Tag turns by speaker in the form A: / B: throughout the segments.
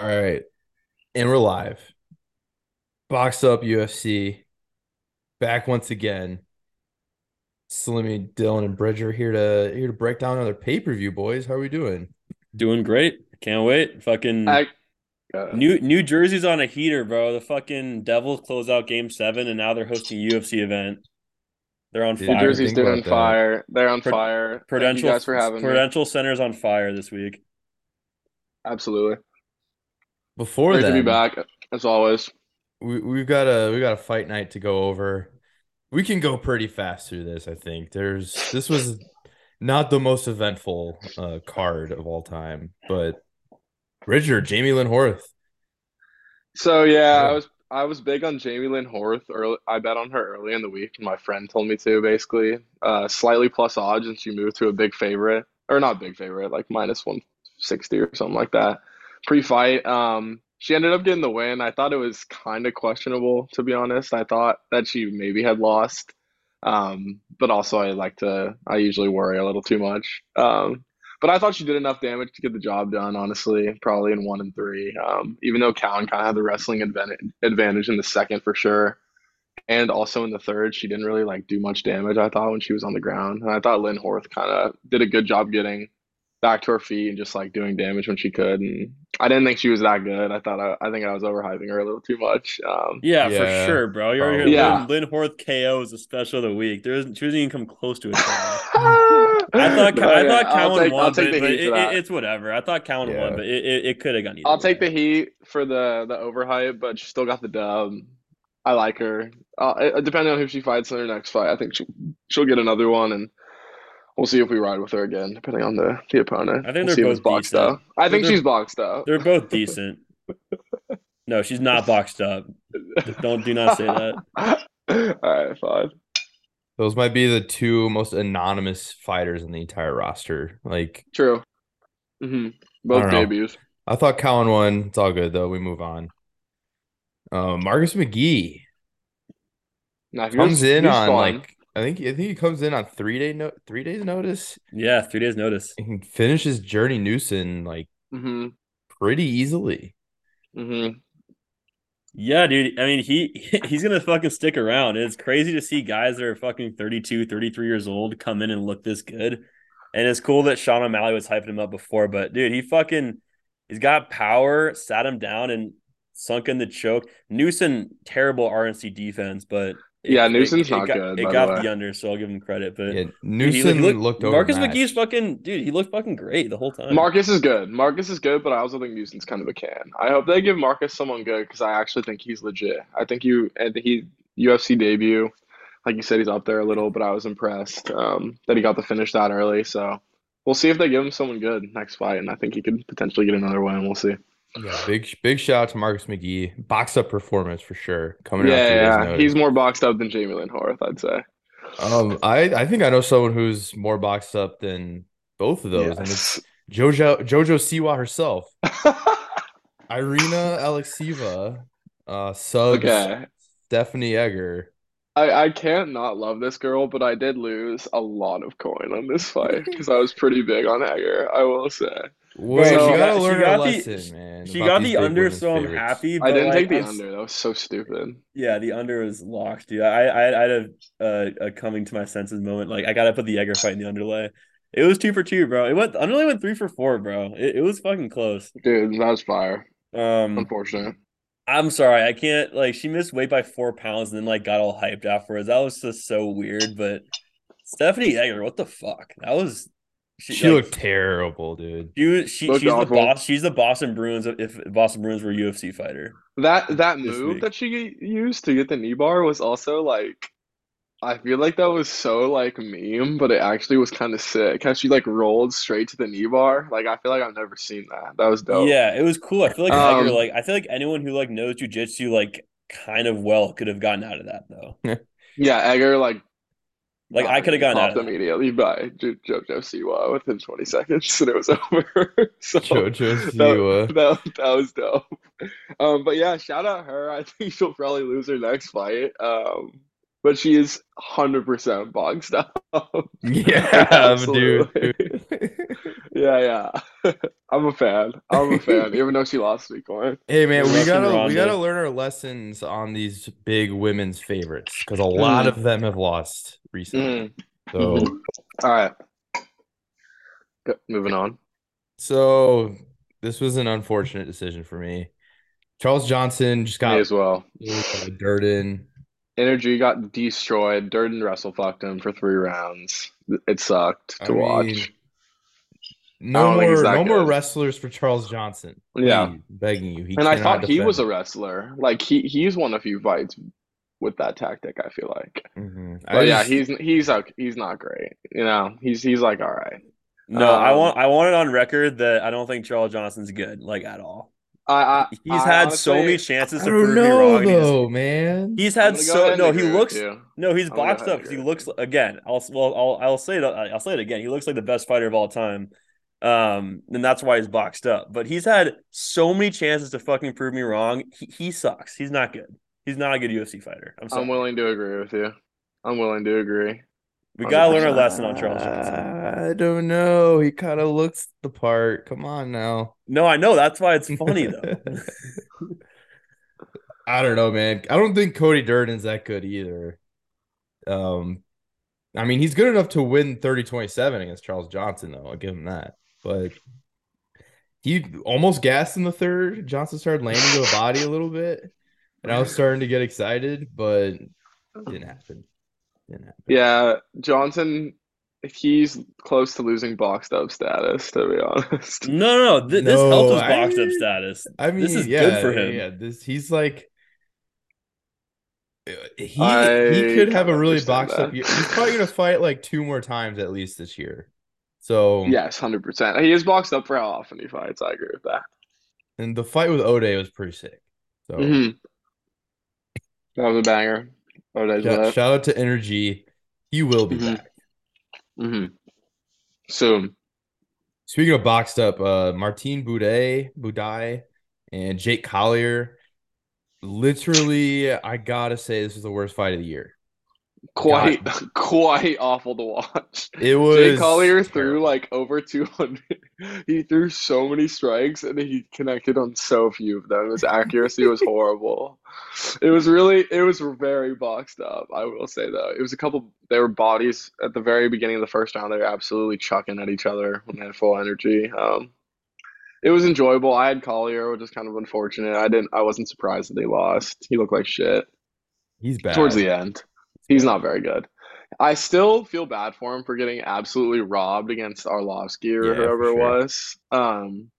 A: All right. And we're live. Box up UFC. Back once again. Slimmy, Dylan, and Bridger here to here to break down another pay-per-view, boys. How are we doing?
B: Doing great. Can't wait. Fucking
C: I, uh,
B: New New Jersey's on a heater, bro. The fucking Devils close out game seven and now they're hosting a UFC event. They're on
A: Dude,
C: New
B: fire.
A: Jersey-
C: Jersey's
A: think
C: doing
A: about that.
C: fire. They're on
B: Pro-
C: fire. Thank you
B: Prudential
C: guys for having me.
B: Prudential Center's on fire this week.
C: Absolutely.
A: Before
C: Great to be
A: then,
C: back as always.
A: we we've got a we got a fight night to go over. We can go pretty fast through this, I think. There's this was not the most eventful uh, card of all time, but Bridger, Jamie Lynn Horth.
C: So yeah,
A: Yeah.
C: I was I was big on Jamie Lynn Horth early. I bet on her early in the week. My friend told me to basically uh, slightly plus odds, and she moved to a big favorite or not big favorite, like minus one sixty or something like that. Pre-fight, um, she ended up getting the win. I thought it was kind of questionable to be honest. I thought that she maybe had lost, um, but also I like to I usually worry a little too much. Um, but I thought she did enough damage to get the job done, honestly, probably in one and three. Um, even though Cowan kind of had the wrestling advan- advantage in the second for sure. And also in the third, she didn't really like do much damage, I thought, when she was on the ground. And I thought Lynn Horth kind of did a good job getting back to her feet and just like doing damage when she could. And I didn't think she was that good. I thought uh, I, I think I was overhyping her a little too much. Um,
B: Yeah,
A: Yeah,
B: for sure, bro. You're
A: probably.
C: Yeah.
B: Lynn, Lynn Horth KO is the special of the week. There isn't she doesn't even come close to it.
C: I
B: I thought I thought Cowan
C: take,
B: won,
C: uh, I'll
B: but,
C: take the
B: but
C: heat
B: it,
C: for that.
B: it- it's whatever. I thought Cowan
A: Yeah.
B: won, but it, it, it could have gone either
C: I'll take
B: way.
C: the heat for the the overhype, but she still got the dub. I like her. Uh, it- it- depending on who she fights in her next fight, I think she, she'll get another one, and we'll see if we ride with her again, depending on the, the opponent.
B: I think
C: We'll
B: they're
C: see if it's
B: both
C: boxed
B: decent.
C: up. I think
B: They're-
C: she's boxed up.
B: They're both decent. No, she's not boxed up. Don't do not say that.
C: All right, fine.
A: Those might be the two most anonymous fighters in the entire roster. Like
C: True. hmm Both
A: don't know.
C: debuts.
A: I thought Cowan won. It's all good though. We move on. Uh, Marcus McGee
C: Now, here's-
A: comes in
C: here's
A: on
C: fun.
A: like I think I think he comes in on three day no three days notice
B: Yeah, three days notice.
A: and finishes Journey Newson like
C: Mhm,
A: pretty easily.
C: mhm.
B: Yeah, dude. I mean, he he's gonna fucking stick around. It's crazy to see guys that are fucking 32, 33 years old come in and look this good. And it's cool that Sean O'Malley was hyping him up before, but dude, he fucking he's got power, sat him down and sunk in the choke. Newsom, terrible RNC defense, but
C: Yeah, Newsom's not
B: got,
C: good,
B: It
C: by the
B: got
C: way.
B: the under, so I'll give him credit. But
A: Yeah,
B: dude, he
A: Newson
B: looked-
A: looked over.
B: Marcus McGee's fucking dude, he looked fucking great the whole time.
C: Marcus is good. Marcus is good, but I also think Newsom's kind of a can. I hope they give Marcus someone good because I actually think he's legit. I think you and he UFC debut, like you said, he's up there a little, but I was impressed um, that he got the finish that early. So we'll see if they give him someone good next fight, and I think he could potentially get another win. We'll see.
A: Yeah, big big shout out to Marcus McGee. Box up performance for sure. Coming out three
C: yeah,
A: days
C: yeah.
A: notice.
C: he's more boxed up than Jamie Lynn Horth, I'd say.
A: um I I think I know someone who's more boxed up than both of those, and it's Jojo Jojo Siwa herself. Irina Alexieva, uh, Suggs,
C: okay.
A: Stephanie Egger.
C: I, I can't not love this girl, but I did lose a lot of coin on this fight because I was pretty big on Hager, I will say.
A: Well,
C: she
A: you
C: got-
A: gotta
B: she
A: learn
B: got
A: a
B: the-
A: lesson, man.
B: she
A: about
B: got
A: these
B: the
A: big
B: under,
A: women's
B: so I'm
A: favorites.
B: happy.
C: I
B: but,
C: didn't
B: like,
C: take the
B: I'm s-
C: under. That was so stupid.
B: Yeah, the under was locked, dude. I I, I had a, a a coming to my senses moment. Like I gotta put the Egger fight in the underlay. It was two for two, bro. It went underlay went three for four, bro. It, it was fucking close.
C: Dude, that was fire.
B: Um,
C: Unfortunate.
B: I'm sorry, I can't like she missed weight by four pounds and then like got all hyped afterwards. That was just so weird. But Stephanie Egger, what the fuck? That was
A: She,
B: like,
A: looked terrible, dude.
B: She was she,
C: Looked
B: she's the
C: awful.
B: boss. She's the Boston Bruins. of- If Boston Bruins were a UFC fighter,
C: That that
B: This
C: move
B: week.
C: that she used to get the knee bar was also like I feel like that was so like meme, but it actually was kind of sick. How she like rolled straight to the knee bar. Like I feel like I've never seen that. That was dope.
B: yeah, it was cool. I feel like
C: Um,
B: Tiger, like I feel like anyone who like knows jujitsu like kind of well could have gotten out of that though.
C: Yeah, Edgar like
B: Like I could have gotten out
C: popped
B: of that.
C: immediately by Jo- JoJo Siwa uh, within 20 seconds and it was over. So
A: Jojo Siwa.
C: that, that, that was dope. Um, but yeah, shout out her. I think she'll probably lose her next fight. Um, but she is 100% boxed up.
A: Yeah, dude.
C: Absolutely. Yeah, yeah. I'm a fan. I'm a fan. Even though she lost to me, Corey.
A: Hey man, we
B: Russian
A: gotta we
B: Ronda.
A: gotta learn our lessons on these big women's favorites because a
B: Mm.
A: lot of them have lost recently.
C: Mm.
A: So
C: All right. Go- moving on.
A: so this was an unfortunate decision for me. Charles Johnson just
C: Me
A: got
C: as well.
A: dirt in.
C: Energy got destroyed. Durden wrestle fucked him for three rounds. It sucked
A: I
C: to watch.
A: mean,
C: I
A: No
C: don't think
A: more,
C: Oh, he's that
A: no more
C: good.
A: wrestlers for Charles Johnson.
C: Yeah.
A: Please, begging you. He
C: and I
A: cannot
C: thought he was a
A: defend.
C: wrestler. Like he he's won a few fights with that tactic. I feel like.
A: Mhm. I
C: But Oh, yeah,
A: just-
C: he's he's okay. He's not great. You know, he's he's like all right.
B: No, I
C: Um,
B: want I want it on record that I don't think Charles Johnson's good, like at all.
C: I, I
B: He's
C: I
B: had so
C: honestly-
B: many chances
A: I
B: to
A: don't
B: prove me
A: know
B: wrong. and he just-
A: though, man.
B: He's
C: I'm
B: had
C: gonna go ahead
B: so
C: and
B: no. He
C: agree with
B: looks
C: you.
B: no. He's
C: I'm gonna
B: boxed
C: have
B: up
C: to
B: because he
C: agree.
B: looks again. I'll well. I'll I'll say it. I'll say it again. He looks like the best fighter of all time. Um, and that's why he's boxed up. But he's had so many chances to fucking prove me wrong. He, he sucks. He's not good. He's not a good UFC fighter. I'm sorry.
C: I'm willing to agree with you. I'm willing to agree.
B: we gotta learn our
C: 100%.
B: lesson on Charles Johnson.
A: I don't know. He kind of looks the part. Come on now.
B: No, I know. That's why it's funny though.
A: I don't know, man. I don't think Cody Durden's that good either. Um, I mean, he's good enough to win 30-27 against Charles Johnson, though. I'll give him that. But he almost gassed in the third. Johnson started landing to the body a little bit, and I was starting to get excited, but didn't happen. Didn't happen.
C: Yeah, Johnson, he's close to losing boxed up status, to be honest.
B: No, no, no. Th- this
A: No,
B: helped his
A: I-
B: boxed up status.
A: I mean,
B: is good
A: yeah,
B: for
A: yeah,
B: him.
A: Yeah, this he's like uh, he
C: I
A: he could have
C: kinda
A: a really
C: understand
A: boxed up
C: that.
A: year. He's probably gonna fight like two more times at least this year. So
C: Yes, 100%. He is boxed up for how often he fights. I agree with that.
A: and the fight with O'Day was pretty sick. So
C: Mhm. That was a banger. Oh, did I do
A: shout,
C: that?
A: shout out to Energy. He will be
C: Mhm.
A: back.
C: Mhm. Soon.
A: Speaking of boxed up, uh Martin Boudet, Budai, and Jake Collier. Literally, I gotta say this is the worst fight of the year.
C: Quite, quite awful to watch.
A: It was
C: Jay Collier threw
A: terrible.
C: like over 200. He threw so many strikes and he connected on so few of them. His accuracy was horrible. It was really, it was very boxed up, I will say though. It was a couple, there were bodies at the very beginning of the first round. They were absolutely chucking at each other when they had full energy. Um, it was enjoyable. I had Collier, which is kind of unfortunate. I didn't, I wasn't surprised that they lost. He looked like shit
A: he's bad.
C: towards the end. He's not very good. I still feel bad for him for getting absolutely robbed against Arlovsky or
A: Yeah, for
C: whoever it
A: sure.
C: was. Um,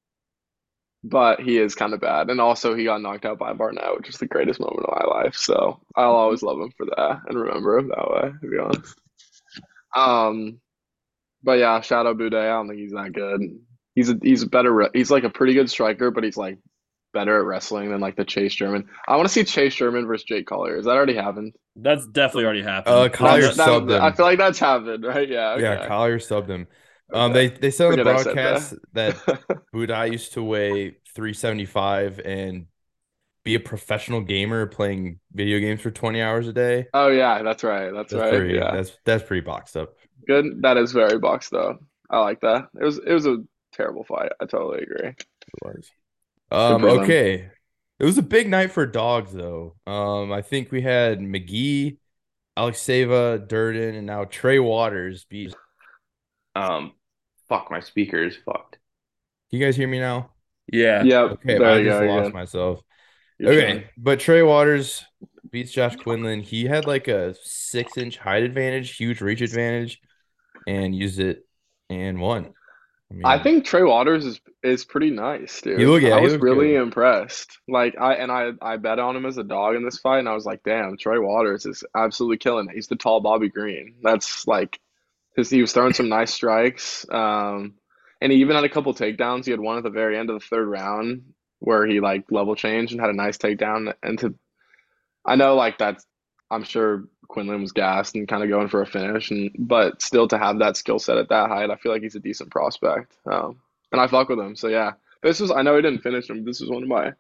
C: but he is kind of bad, and also he got knocked out by Barnett, which is the greatest moment of my life. So I'll always love him for that and remember him that way. To be honest. Um, but yeah, Shadow Boudet, I don't think he's that good. He's a he's a better. re- He's like a pretty good striker, but he's like better at wrestling than like the Chase German. I want to see Chase German versus Jake Collier. Is that already happened?
B: That's definitely already happened.
A: Uh, Collier
C: That's- that-
A: subbed him.
C: I feel like that's happened, right? Oh, Yeah.
A: Yeah,
C: okay.
A: Collier subbed him. Um, they they said on the
C: Forget I said
A: broadcast that Budai used to weigh 375 and be a professional gamer playing video games for 20 hours a day.
C: oh yeah, that's right. That's,
A: That's
C: right.
A: pretty.
C: Yeah.
A: That's that's pretty boxed up.
C: Good. That is very boxed though. I like that. It was it was a terrible fight. I totally agree.
A: Um,
C: for them.
A: okay, it was a big night for dogs though. Um, I think we had McGee, Alexeva, Durden, and now Trey Waters. Be Can
D: Um, fuck, my speaker is fucked.
A: you guys hear me now?
B: yeah.
C: Yep.
A: Okay,
C: there
A: I
C: you
A: just
C: go.
A: lost
C: again.
A: myself.
C: You're
A: okay,
C: fine.
A: but Trey Waters beats Josh Quinlan. He had like a six inch height advantage, huge reach advantage, and used it and won. mean,
C: I think Trey Waters is is pretty nice, dude.
A: He looked- yeah,
C: I
A: he
C: was
A: looked
C: really
A: good.
C: impressed. Like I and I I bet on him as a dog in this fight, and I was like, damn, Trey Waters is absolutely killing it. He's the tall Bobby Green. That's like his he was throwing some nice strikes. Um and he even had a couple takedowns. He had one at the very end of the third round where he like level changed and had a nice takedown and to I know like that's I'm sure Quinlan was gassed and kind of going for a finish and but still to have that skill set at that height, I feel like he's a decent prospect. Um and I fuck with him. So yeah. This was I know he didn't finish him, but this was one of my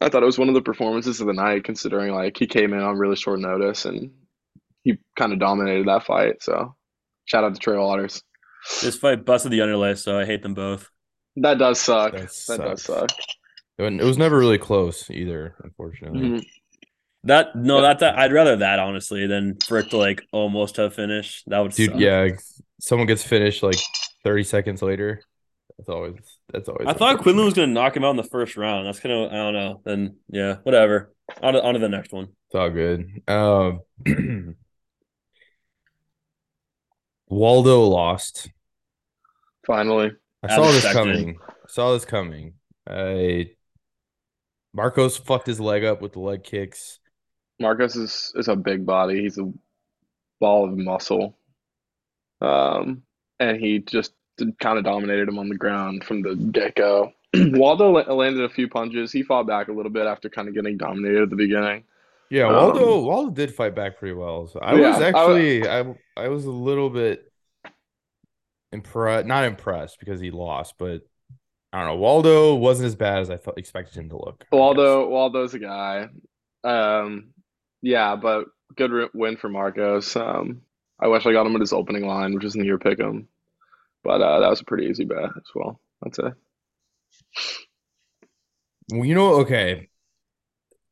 C: I thought it was one of the performances of the night considering like he came in on really short notice and he kind of dominated that fight. So shout out to Trey Waters.
B: This fight busted the underlay, so I hate them both.
C: That does suck.
A: That
C: That, does suck.
A: sucks. And It was never really close either, unfortunately.
C: Mhm.
B: That no, that, that I'd rather that honestly than for it to like almost have finished. That would
A: Dude,
B: suck.
A: yeah, someone gets finished like 30 seconds later. That's always that's always.
B: I thought
A: unfortunate.
B: Quinlan was gonna knock him out in the first round. That's kind of I don't know. Then yeah, whatever. On to, on to the next one.
A: It's all good. Um, Waldo lost.
C: Finally.
A: I
B: As
A: saw this
B: expected.
A: coming. I saw this coming. I Marcos fucked his leg up with the leg kicks.
C: Marcos is, is a big body. He's a ball of muscle. Um, and he just kind of dominated him on the ground from the get go. Waldo la- landed a few punches. He fought back a little bit after kind of getting dominated at the beginning.
A: Yeah,
C: Um,
A: Waldo Waldo did fight back pretty well. So I was
C: Yeah, I-
A: actually I I was a little bit impressed, not impressed because he lost, but I don't know. Waldo wasn't as bad as I thought, expected him to look. I guess.
C: Waldo, Waldo's a guy. Um, yeah, but good ri- win for Marcos. Um, I wish I got him at his opening line, which is near pick him. But uh, that was a pretty easy bet as well. That's it.
A: Well, you know, okay.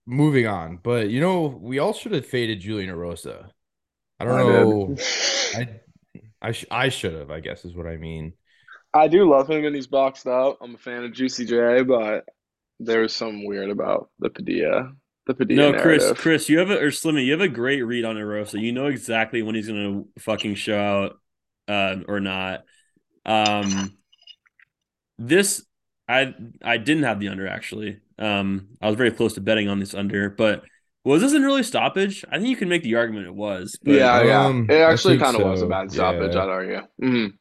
A: Moving on, but you know, we all should have faded Julian Rosa. I don't know. I I sh- I should have, I guess, is what I mean.
C: I do love him when he's boxed out. I'm a fan of Juicy J, but there's something weird about the Padilla, the Padilla
B: No, Chris,
C: narrative.
B: Chris, you have a or Slimmy, you have a great read on Erosa. You know exactly when he's gonna fucking show out uh, or not. Um, this I I didn't have the under actually. Um, I was very close to betting on this under, but was this in really stoppage? I think you can make the argument it was. But
C: Yeah, yeah.
A: Um,
C: It
A: I
C: actually
A: think
C: kind of was a
A: so,
C: bad stoppage,
A: yeah.
C: I'd argue. Mhm.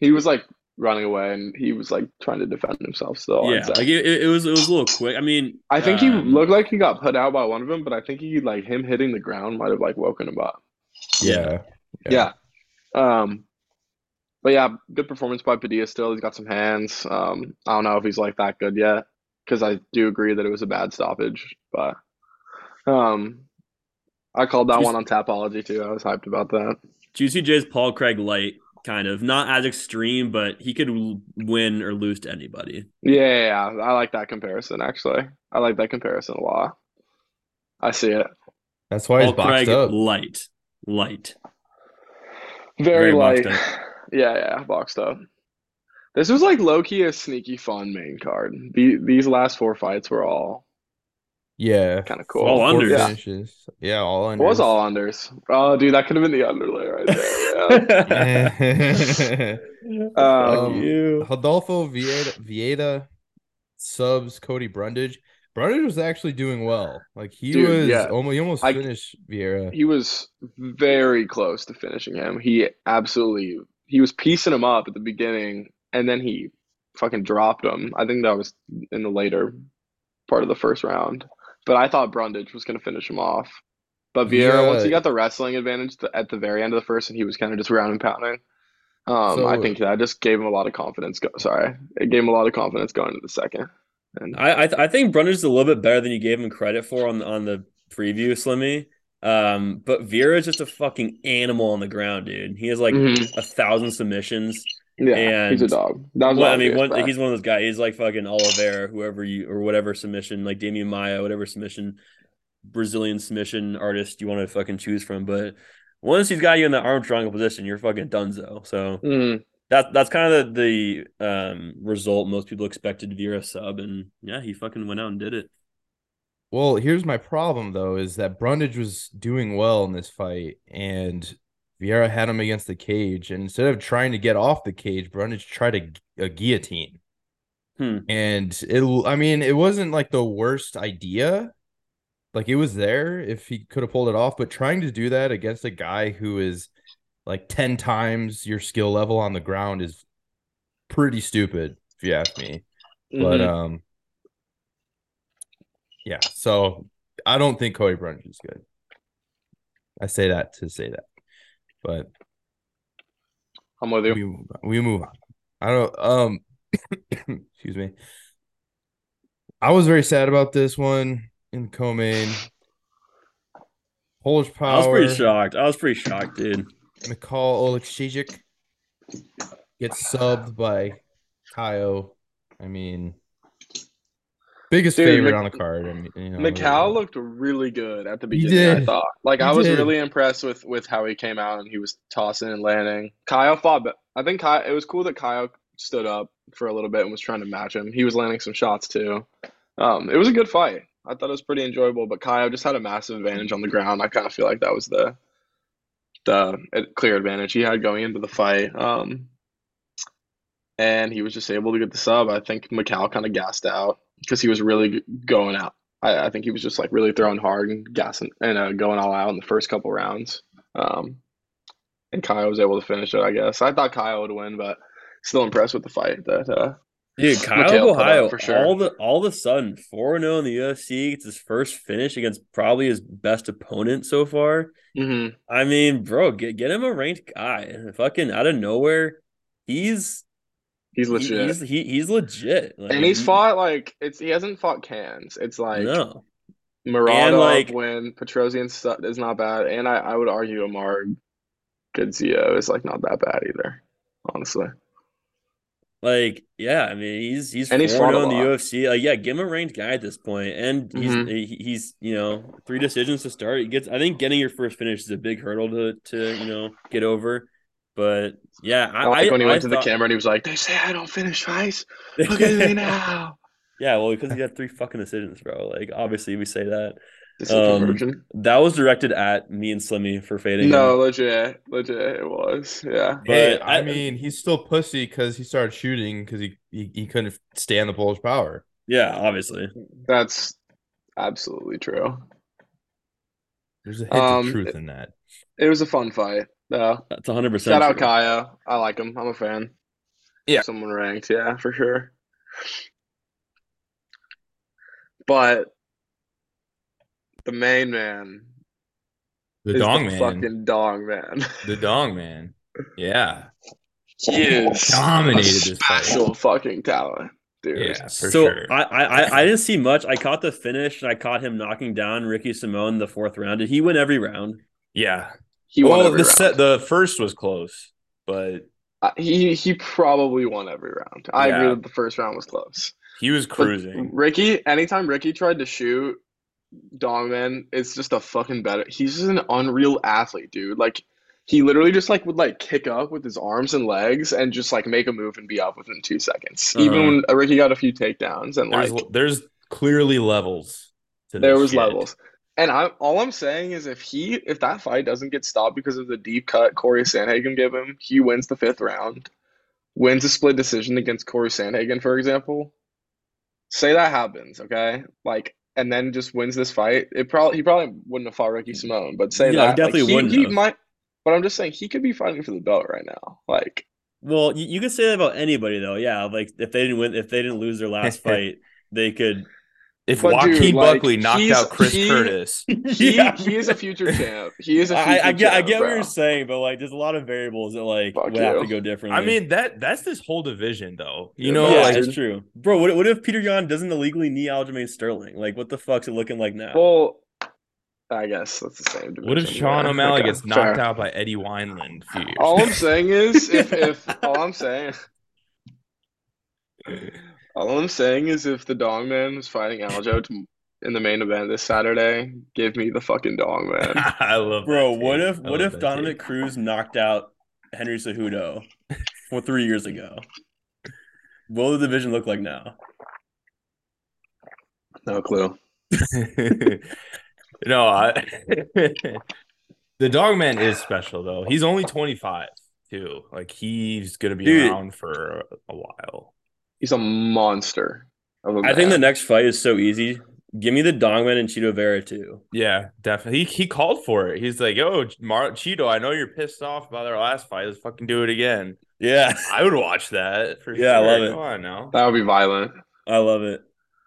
C: He was like running away and he was like trying to defend himself still. I'd
B: yeah,
C: say.
B: like it, it it was it was a little quick. I mean,
C: I think he
B: um,
C: looked like he got put out by one of them, but I think he like him hitting the ground might have like woken him up.
A: Yeah.
C: Yeah. Um, but yeah, good performance by Padilla still. He's got some hands. Um, I don't know if he's like that good yet because I do agree that it was a bad stoppage, but um, I called that
B: Juice-
C: one on Tapology too. I was hyped about that.
B: Juicy J's Paul Craig light, kind of not as extreme, but he could l- win or lose to anybody.
C: Yeah, yeah, yeah. I like that comparison actually. I like that comparison a lot. I see it.
A: That's why Oh, he's
B: Paul
A: boxed
B: Craig
A: up.
B: light, light. Very
C: Very
B: boxed
C: light. Yeah, yeah, boxed up. This was like low key a sneaky fun main card. The, these last four fights were all
A: Yeah.
C: kind of cool.
B: All
A: Four
B: unders.
A: finishes. Yeah, all
C: It was
A: unders.
C: all unders. Oh, dude, that could have been the underlay right there. Yeah.
A: Eh.
B: Fuck
C: Um,
B: you.
A: Adolfo Vieta, Vieta subs Cody Brundage. Brundage was actually doing well. Like he
C: Dude,
A: was
C: yeah.
A: almost he almost
C: I-
A: finished Vieira.
C: He was very close to finishing him. He absolutely he was piecing him up at the beginning, and then he fucking dropped him. I think that was in the later part of the first round. But I thought Brundage was gonna finish him off. But Vieira, once
A: Yeah.
C: he got the wrestling advantage th- at the very end of the first, and he was kind of just round and pounding. Um, I
A: So-
C: think that just gave him a lot of confidence. Go- sorry, it gave him a lot of confidence going into the second. And
B: I I, th- I think Brundage is a little bit better than you gave him credit for on the, on the preview, Slimmy. Um, but Vera is just a fucking animal on the ground, dude. He has like
C: Mhm.
B: a thousand submissions.
C: Yeah, he's a
B: And-
C: dog. That was
B: Well, I mean,
C: obvious
B: one,
C: back.
B: he's one of those guys. He's like fucking Oliveira, whoever you or whatever submission, like Damian Maya, whatever submission, Brazilian submission artist you want to fucking choose from. But once he's got you in the arm triangle position, you're fucking dunzo. So
C: Mhm.
B: that that's kind of the, the um, result most people expected Vera sub, and yeah, he fucking went out and did it.
A: Well, here's my problem though, is that Brundage was doing well in this fight, and Vieira had him against the cage, and instead of trying to get off the cage, Brundage tried a, gu- a guillotine.
B: Hmm.
A: And it, I mean, it wasn't like the worst idea. Like it was there if he could have pulled it off, but trying to do that against a guy who is like 10 times your skill level on the ground is pretty stupid, if you ask me but
B: Mm-hmm.
C: Mhm.
A: um yeah so i don't think cody brunch is good i say that to say that but
C: I'm with you.
A: we, we move on i don't um excuse me i was very sad about this one in the co-main polish
B: I was
A: power
B: pretty shocked. I was pretty shocked, dude.
A: mccall Oleksijczyk. Gets subbed by Kyo. I mean, biggest
C: Dude,
A: favorite
C: Mc-
A: on the card. I mean, you know,
C: Macau looked really good at the
A: He
C: beginning, I
A: did.
C: thought. Like
A: He
C: I was
A: did.
C: really impressed with with how he came out and he was tossing and landing. Kyle fought but I think Kyle it was cool that Kyle stood up for a little bit and was trying to match him. He was landing some shots too. Um it was a good fight. I thought it was pretty enjoyable, but Kyle just had a massive advantage on the ground. I kind of feel like that was the the uh, clear advantage he had going into the fight. Um and he was just able to get the sub. I think Macau kind of gassed out because he was really g- going out I, I think he was just like really throwing hard and gassing and uh, going all out in the first couple rounds. Um, and Kyle was able to finish it, I guess. I thought Kyle would win, but still impressed with the fight. That uh,
B: Dude, Kyle
C: Mikhail
B: of
C: put up
B: Ohio,
C: for sure.
B: all the all of a sudden, 4 0 in the UFC, gets his first finish against probably his best opponent so far.
C: mhm.
B: I mean, bro, get, get him a ranked guy. And Fucking out of nowhere, he's
C: he's
B: he-
C: legit,
B: he's he, he's legit. Like,
C: and he's
B: he-
C: fought like it's he hasn't fought cans. It's like
B: no,
C: Muradov
B: And, like-
C: win, Petrosian su- is not bad, and I, I would argue Amar Godzio is like not that bad either, honestly.
B: like yeah. I mean, he's he's
C: And he's
B: four oh
C: fought a
B: in the
C: lot. Mm-hmm.
B: UFC. Like yeah, give him a ranked guy at this point, and he's he- he's you know three decisions to start. He gets. I think getting your first finish is a big hurdle to to you know get over. But yeah, I,
C: I like
B: I-
C: when he
B: I
C: went to
B: thought-
C: the camera and he was like, "They say I don't finish fights. Look at me now."
B: yeah, well, because he had three fucking decisions, bro. Like obviously we say that.
C: This is a
B: Um,
C: conversion.
B: That was directed at me and Slimmy for fading.
C: No, legit, legit, it was. Yeah,
A: Hey,
B: But
A: I,
B: I-
A: mean, he's still pussy because he started shooting because he, he he couldn't stand the Polish power.
B: Yeah, obviously.
C: that's absolutely true.
A: There's a hint
C: Um,
A: of truth in that.
C: It was a fun fight, though.
B: That's 100%.
C: Shout out
B: true.
C: Kaya. I like him. I'm a fan.
A: Yeah.
C: someone ranked. Yeah, for sure. But the main man
A: The
C: is
A: dong
C: the
A: man.
C: fucking dong man.
A: The dong man. Yeah,
C: He is a
A: dominated this fight.
C: special fucking talent, dude.
A: Yeah, for
B: So
A: sure.
B: I, I I- I didn't see much. I caught the finish and I caught him knocking down Ricky Simone the fourth round. Did he win every round?
E: Yeah.
C: He won
E: well,
C: every
E: the
C: round.
E: set, the first was close, but
C: Uh, he he probably won every round. I agree
E: Yeah.
C: that the first round was close.
E: he was
C: But
E: cruising.
C: Ricky, anytime Ricky tried to shoot Dongman, it's just a fucking better. He's just an unreal athlete, dude. Like he literally just like would like kick up with his arms and legs and just like make a move and be up within two seconds. Even when uh, Ricky got a few takedowns and
E: There's
C: like
E: there's clearly levels. To
C: there
E: this
C: was
E: shit.
C: levels. And I all I'm saying is if he if that fight doesn't get stopped because of the deep cut Corey Sandhagen gave him, he wins the fifth round, wins a split decision against Corey Sandhagen, for example. Say that happens, okay? Like and then just wins this fight. It probably he probably wouldn't have fought Ricky Simone, but say
B: Mm. Yeah,
C: that like,
B: definitely
C: he,
B: wouldn't
C: he
B: have.
C: might but I'm just saying he could be fighting for the belt right now. Like
B: Well, you, you could say that about anybody though. Yeah, like if they didn't win, if they didn't lose their last fight, they could.
E: If
C: But dude,
E: Joaquin
C: like,
E: Buckley knocked
C: he's-
E: out Chris
C: he-
E: Curtis,
C: he
B: Yeah.
C: he is a future champ. He is a future
B: I, I get I
C: champ,
B: get what
C: bro.
B: you're saying, but like there's a lot of variables that like
C: Fuck
B: would have
C: you.
B: to go differently.
E: I mean that that's this whole division though. You
C: Yeah,
E: know,
B: yeah,
E: like
B: it's true, bro. What, what if Peter Yan doesn't illegally knee Aljamain Sterling? Like, what the fuck's it looking like now?
C: Well, I guess that's the same.
A: what if
C: division,
A: Sean
C: yeah.
A: O'Malley
C: Okay,
A: gets knocked
C: fair.
A: out by Eddie Wineland? a few years
C: All
A: ago?
C: I'm saying is, if, if all I'm saying, all I'm saying is, if the Dong Man was fighting Aljo to, in the main event this Saturday, give me the fucking Dong Man.
A: I love
B: Bro,
A: that
B: what
A: take.
B: if
A: I love
B: what if
A: that
B: Dominic
A: take.
B: Cruz knocked out Henry Cejudo well, three years ago? What will the division look like now?
C: No clue.
E: no, I,
A: the dog man is special though? He's only 25 too. Like he's gonna be
B: Dude.
A: around for a while.
C: He's a monster. Of a
B: I think the
C: man.
B: next fight is so easy. Give me the Dongman and Cheeto Vera too.
A: Yeah, definitely. He, he called for it. He's like, "Yo, Mar- Cheeto, I know you're pissed off about our last fight. Let's fucking do it again."
B: Yeah,
A: I would watch that for
B: Yeah,
A: sure.
B: I
A: Oh,
B: love it.
A: Come on now.
C: that would be violent.
B: I love it.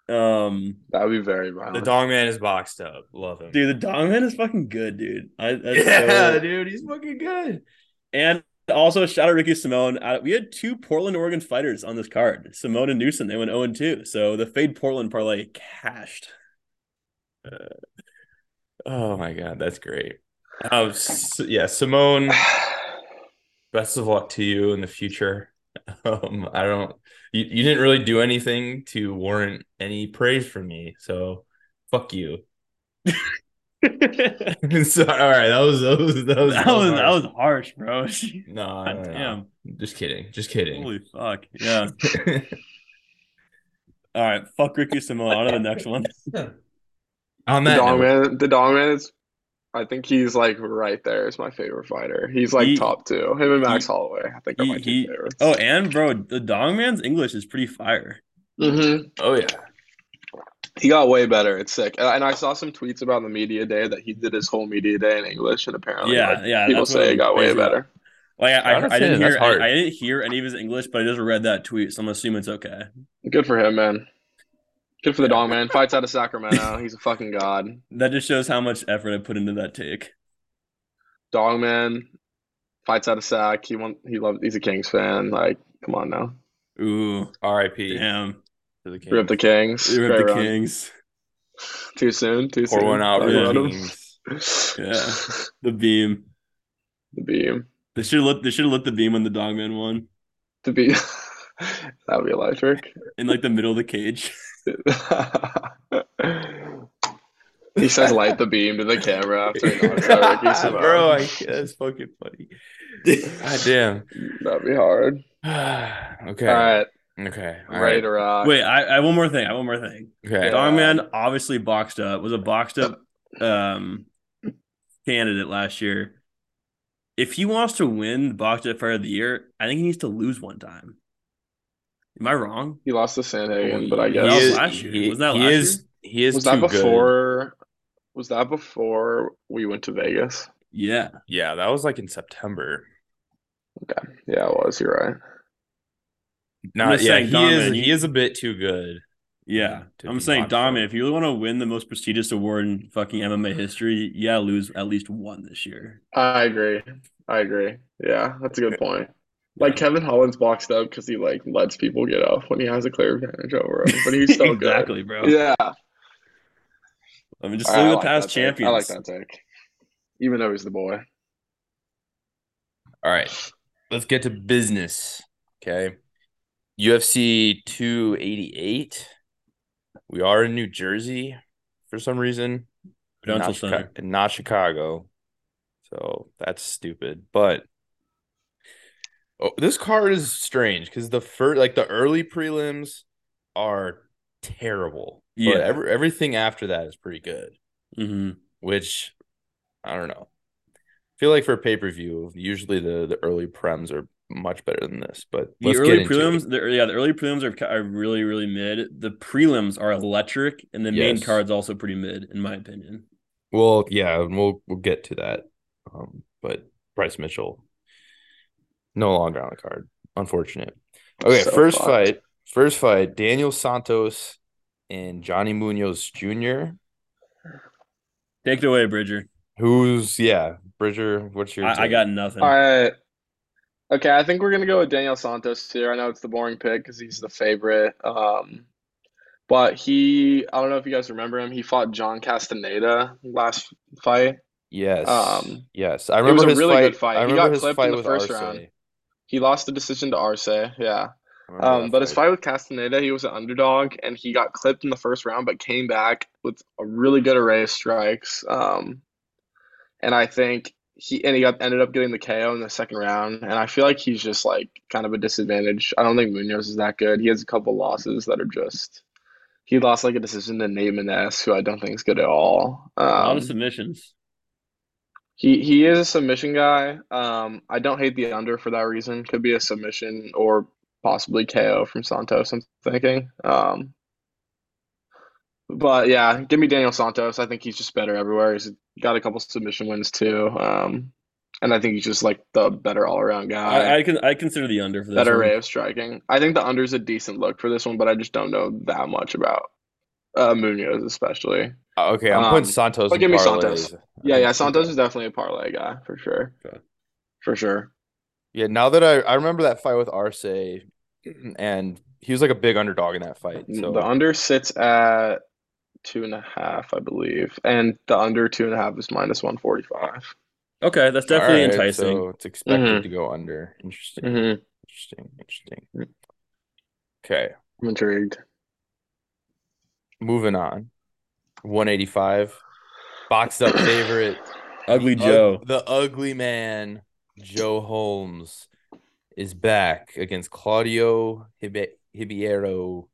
B: Um,
C: That would be very
A: The
C: violent.
A: dog man is boxed up. Love him.
B: dude, the Dongman is fucking good, dude. I that's
A: yeah,
B: so-
A: dude, he's fucking good.
B: and also shout out Ricky Simone. Uh, we had two Portland, Oregon fighters on this card, Simone and Newsom. They went zero and two, so the fade Portland parlay cashed.
A: Oh my god, that's great. Um, s- yeah, Simone, best of luck to you in the future. Um, I don't. You, you didn't really do anything to warrant any praise from me, so fuck you. so, all right, that was that was that was,
B: That was that was harsh, bro.
A: no, no,
B: God
A: no, no.
B: damn.
A: Just kidding, just kidding.
B: Holy fuck. Yeah. All right. Fuck Ricky Samoa. On to the next one.
A: On
C: The
A: that,
C: Dong
A: note,
C: Man, the Dong Man is, I think he's like right there. Is my favorite fighter. He's like
B: He-
C: top two. Him and Max Holloway. I think are my
B: he-
C: two
B: he-
C: favorites.
B: Oh, and bro, the Dong Man's English is pretty fire.
C: hmm
A: oh yeah,
C: He got way better. It's sick. And, and I saw some tweets about the media day that he did his whole media day in English, and apparently,
B: yeah,
C: like,
B: yeah.
C: Oh, people
B: that's what
C: say it got way
B: crazy.
C: better.
B: Like I, I, I
A: Honestly,
B: didn't
A: that's
B: hear,
A: hard.
B: I, I didn't hear any of his English, but I just read that tweet, so I'm assuming it's okay.
C: Good for him, man. Good for the Dong Man. Fights out of Sacramento. He's a fucking god.
B: That just shows how much effort I put into that take.
C: Dong Man fights out of Sac. He won. He loved. He's a Kings fan. Like, come on now.
B: Ooh,
A: R.I.P.
B: damn!
E: to the Kings.
C: Rip the Kings.
B: They ripped
C: Great
B: the
C: run.
B: Kings.
C: Too soon. Too
A: Pour
C: soon.
A: one out for
C: Fucking
B: Yeah.
A: the
C: run him.
A: Kings.
B: Yeah. The beam.
C: The beam.
B: They should have lit. They should have lit the beam on the Dogman one
C: The beam. that would be electric.
B: in like the middle of the cage.
C: he says, "Light the beam" to the camera after he knocks out Ricky Simon.
A: Bro, I, that's fucking funny. God damn.
C: That'd be hard.
A: okay.
C: All right,
A: Okay. All
C: ready
A: right.
C: to rock.
B: Wait, I, I have one more thing. I have one more thing.
A: Okay.
C: Yeah.
B: Dogman obviously boxed up was a boxed up um candidate last year. If he wants to win the boxed up fighter of the year, I think he needs to lose one time. Am I wrong?
C: He lost to Sandhagen, but I
A: He
C: guess
B: That was
A: is-
B: last year.
A: he-
B: Wasn't that
A: he
B: last
A: is, He is
C: was that
A: too good.
C: before? Was that before we went to Vegas?
B: Yeah.
E: Yeah, that was like in September.
C: Yeah, it was. You're right.
A: Not
B: just
A: yeah.
B: saying,
A: He
B: Dom,
A: is.
B: man,
A: He
B: you-
A: is a bit too good.
B: Yeah.
A: To
B: I'm
A: be
B: saying
A: boxed
B: Dogman,
A: up.
B: if you really want to win the most prestigious award in fucking MMA history, yeah, lose at least one this year.
C: I agree. I agree. Yeah, that's a good point. Like Kevin Holland's boxed up because he like lets people get off when he has a clear advantage over him, but he's still
B: exactly, bro.
C: good. Yeah,
B: I mean just
C: All right,
B: look at
C: I
B: the past
C: like that take. I like
B: champions.
C: that take. Even though he's the boy.
A: All right. Let's get to business. Okay. UFC 288. We are in New Jersey for some reason.
B: Prudential
A: not,
B: Center.
A: Chica- not Chicago. So that's stupid. But oh, this card is strange because the first, like the early prelims are terrible.
B: Yeah.
A: But every- everything after that is pretty good,
B: hmm
A: which I don't know. I feel like for pay per view, usually the, the early prems are much better than this. But
B: The
A: let's get
B: early
A: into
B: prelims,
A: it.
B: the, yeah, the early prelims are, ki- are really, really mid. The prelims are electric, and the main
A: Yes.
B: card's also pretty mid, in my opinion.
A: Well, yeah, and we'll we'll get to that. Um, but Bryce Mitchell, no longer on the card. Unfortunate. Okay,
C: So
A: first
C: fucked.
A: fight. First fight. Daniel Santos and Johnny Munoz Jr.
B: Take it away, Bridger.
A: Who's yeah, Bridger? What's your?
B: I, I
A: take?
B: got nothing.
C: All right. Okay, I think we're gonna go with Daniel Santos here. I know it's the boring pick because he's the favorite. Um, but he, I don't know if you guys remember him. He fought John Castaneda last fight.
A: yes,
C: um,
A: yes. I
C: was
A: remember
C: a
A: his
C: really
A: fight.
C: good fight.
A: I
C: He
A: remember
C: got
A: his
C: clipped
A: fight
C: in the
A: with
C: first
A: Arce.
C: round. He lost the decision to Arce. Yeah.
A: I remember
C: Um,
A: that
C: but his fight with Castaneda, he was an underdog and he got clipped in the first round, but came back with a really good array of strikes. Um, and I think he and he got ended up getting the KO in the second round. And I feel like he's just like kind of a disadvantage. I don't think Munoz is that good. He has a couple losses that are just he lost like a decision to Nate Maness, who I don't think is good at all.
B: a lot
C: Um,
B: of submissions.
C: he he is a submission guy. Um, I don't hate the under for that reason. Could be a submission or possibly KO from Santos. I'm thinking. Um, but yeah, give me Daniel Santos. I think he's just better everywhere. He's got a couple submission wins too. Um, and I think he's just like the better all around guy.
B: I, I can I consider the under for this.
C: better
B: one.
C: array of striking. I think the under's a decent look for this one, but I just don't know that much about uh, Munoz especially.
A: fight. Okay, I'm
C: um,
A: putting Santos.
C: but
A: in
C: give me
A: parlays.
C: Santos.
A: I
C: Yeah,
A: think-
C: yeah, Santos is definitely a parlay guy for sure.
B: Okay.
C: For sure.
A: Yeah, now that I, I remember that fight with Arce, and he was like a big underdog in that fight. So
C: Mm, The under sits at two and a half, I believe, and the under two and a half is minus 145.
B: Okay, that's definitely
A: Alright,
B: enticing.
A: So it's expected
C: Mhm.
A: to go under. Interesting.
C: Mm-hmm. Mm.
E: Interesting. Interesting. Okay.
C: I'm intrigued.
E: Moving on. 185. Boxed up favorite.
B: Ugly
E: Ug-
B: Joe.
E: the ugly man, Joe Holmes, is back against Claudio Hibe- Hibiero.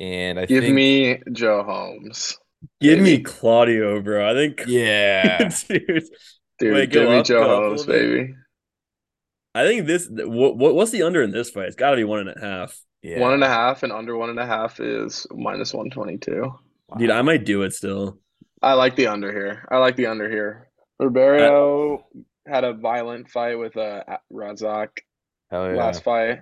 E: And I
C: Give
E: think.
C: me Joe Holmes.
B: Give me Claudio, bro. I think
E: Yeah.
B: dude,
C: Dude,
B: Wait, go
C: give me
B: up, go
C: Joe
B: up a
C: Holmes,
B: little bit.
C: baby.
B: I think this. What, what what's the under in this fight? It's got to be one and a half.
E: yeah.
C: One and a half and under one and a half is minus one twenty two.
B: Dude, I might do it still.
C: I like the under here. I like the under here. Ribeiro had a violent fight with uh, Razak
B: Oh,
E: Hell yeah.
C: last fight,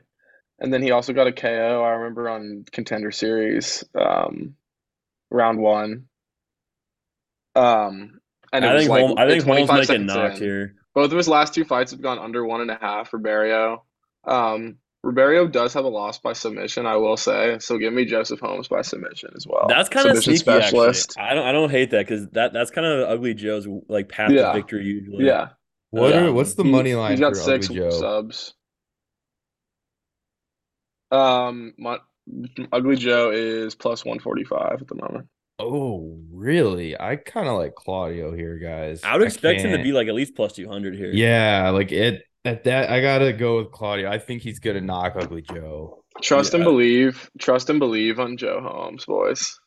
C: and then he also got a KO. I remember on Contender Series, um, round one. Um, and it
B: I
C: was
B: think
C: like
B: Holm, I think Holmes
C: 25
B: might get
C: seconds
B: knocked
C: in.
B: here.
C: Both of his last two fights have gone under one and a half. Ribeiro, um, Ribeiro does have a loss by submission, I will say. So give me Joseph Holmes by submission as well.
B: That's kind of
C: Submission
B: sneaky. Specialist. I don't I don't hate that because that that's kind of Ugly Joe's like path
C: Yeah.
B: to victory usually.
C: Yeah,
A: What
B: Yeah.
A: are, what's the
C: He-
A: money line
C: He's got
A: for
C: six
A: Ugly Joe?
C: subs. Um, my, Ugly Joe is plus 145 at the moment.
A: Oh, really? I kind of like Claudio here, guys.
B: I would expect him to
A: can't-
B: be like at least plus two hundred here.
A: Yeah, like it at that I gotta go with Claudio. I think he's gonna knock Ugly Joe.
C: Trust and
B: Yeah.
C: believe. Trust and believe on Joe Holmes, boys.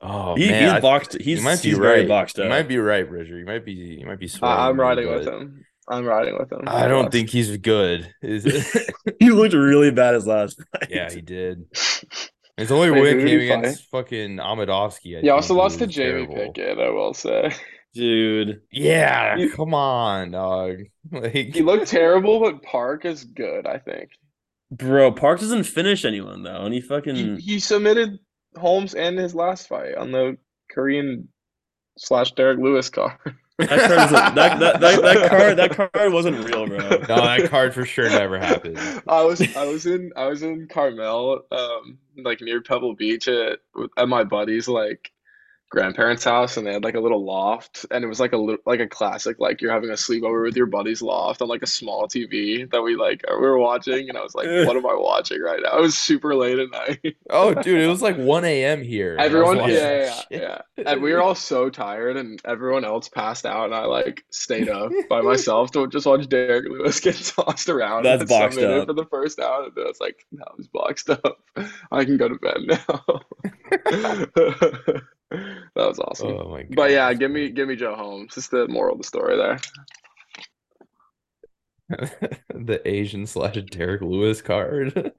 E: Oh,
B: He,
E: man.
B: he's
E: I-
B: boxed. He's,
E: you might be
B: he's very
E: right.
B: boxed
E: You
B: up.
E: might be right, Bridger. You might be. You might be.
C: I,
E: swaying
C: I'm
E: me,
C: riding with
E: but
C: him. I'm riding with him.
E: I don't think he's good. Is it?
B: he looked really bad his last fight.
E: yeah, he did.
A: His only
C: Wait, who
A: win
C: did
A: came
C: he fight?
A: against fucking Amadovsky. I
C: Yeah, also
A: think, who
C: lost to
A: was
C: Jamie
A: terrible.
C: Pickett, I will say.
B: dude.
A: Yeah,
C: You-
A: come on, dog. Like
C: He looked terrible, but Park is good, I think.
B: Bro, Park doesn't finish anyone though, and he
C: He,
B: fucking
C: he submitted Holmes and his last fight on the Korean slash Derek Lewis car.
B: that card, wasn't- that, that, that, that card that card wasn't real, bro.
A: no, that card for sure never happened.
C: I was I was in I was in Carmel, um, like near Pebble Beach at at my buddy's like grandparents' house, and they had like a little loft, and it was like a lit- like a classic like you're having a sleepover with your buddy's loft on like a small TV that we like we were watching, and I was like, what am I watching right now? It was super late at night.
A: Oh, dude, it was like 1 a.m. here. and I was
C: Everyone, yeah,
A: watching that
C: yeah,
A: shit.
C: yeah. And we were all so tired, and everyone else passed out, and I like stayed up by myself to just watch Derek Lewis get tossed around.
B: That's
C: and
B: boxed
C: submitted
B: up.
C: for the first hour, and then I was like, "That was boxed up. I can go to bed now." that was awesome.
A: Oh my god.
C: but yeah, give me give me Joe Holmes. It's the moral of the story there.
A: the Asian slash Derek Lewis card.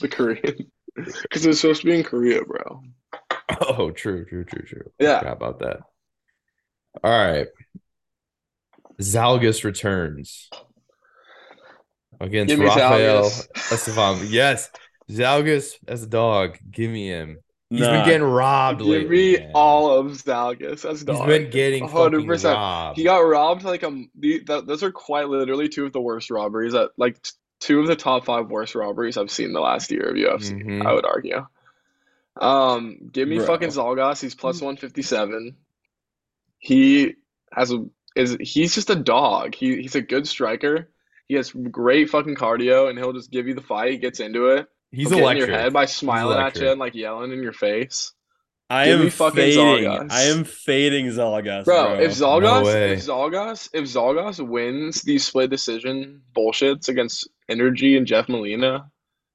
C: the Korean, because it was supposed to be in Korea, bro.
A: Oh, true, true, true, true. I
C: Yeah.
A: forgot about that. All right. Zalgus returns against
C: Give me
A: Rafael
C: Zalgus.
A: Estevam. Yes, Zalgus as a dog. Give me him. He's
B: Nah.
A: been getting robbed
C: Give
A: lately.
C: me
A: man.
C: all of Zalgus. That's
A: He's
C: dog.
A: been getting fucking
C: 100%.
A: robbed.
C: He got robbed like um the, th those are quite literally two of the worst robberies that like t- two of the top five worst robberies I've seen the last year of UFC.
A: Mhm.
C: I would argue. Um, give me
B: Bro.
C: fucking Zalgas. He's plus one fifty seven. He has a is he's just a dog. He he's a good striker. He has great fucking cardio, and he'll just give you the fight. He gets into it.
A: He's
C: He'll get in
A: electric.
C: your head by smiling at you
A: electric.
C: and like yelling in your face.
B: I
C: Give
B: am
C: me fucking
B: fading.
C: Zalgas.
B: I am fading Zalgas,
C: Bro,
B: bro.
C: if Zalgas,
A: way.
C: if Zalgas, if Zalgas wins these split decision bullshits against Energy and Jeff Molina,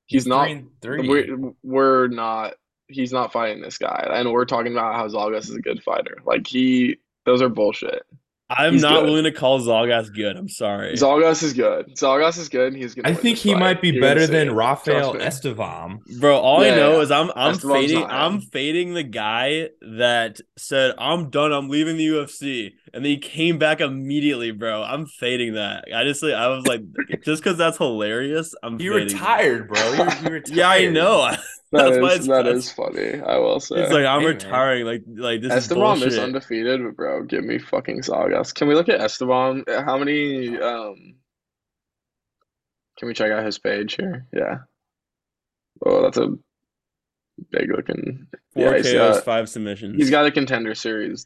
C: he's not.
E: Three and three.
C: We're, we're not. He's not fighting this guy, and we're talking about how Zalgas is a good fighter. Like he, those are bullshit.
B: I'm
C: he's
B: not
C: good.
B: willing to call Zalgas good. I'm sorry.
C: Zalgas is good. Zalgas is good. And he's gonna.
A: I
C: win
A: think
C: this
A: he
C: fight.
A: might be
C: You're gonna
A: better
C: see
A: than
C: it.
A: Rafael
C: Trust
A: Estevam.
B: Bro, all
C: Yeah,
B: I know
C: yeah.
B: is I'm I'm
C: That's the ones
B: fading
C: not
B: I'm
C: in.
B: fading the guy that said I'm done, I'm leaving the UFC, and then he came back immediately, bro. I'm fading that. I just like I was like, just because that's hilarious, I'm.
E: He
B: fading that.
E: retired, bro. He, he retired.
B: Yeah, I know.
C: me.
B: That's
C: That
B: why
C: is
B: it's
C: that
B: plus.
C: is funny. I will say.
B: It's like I'm
E: Hey, man.
B: retiring. Like like this
C: Esteban
B: is
C: is,
B: bullshit.
C: undefeated, but bro, give me fucking Zalgas. Can we look at Esteban? How many? Um, can we check out his page here? Yeah. Oh, that's a big looking.
B: Four
C: Yeah, uh, he's
B: KOs,
C: got,
B: five submissions.
C: he's got a contender series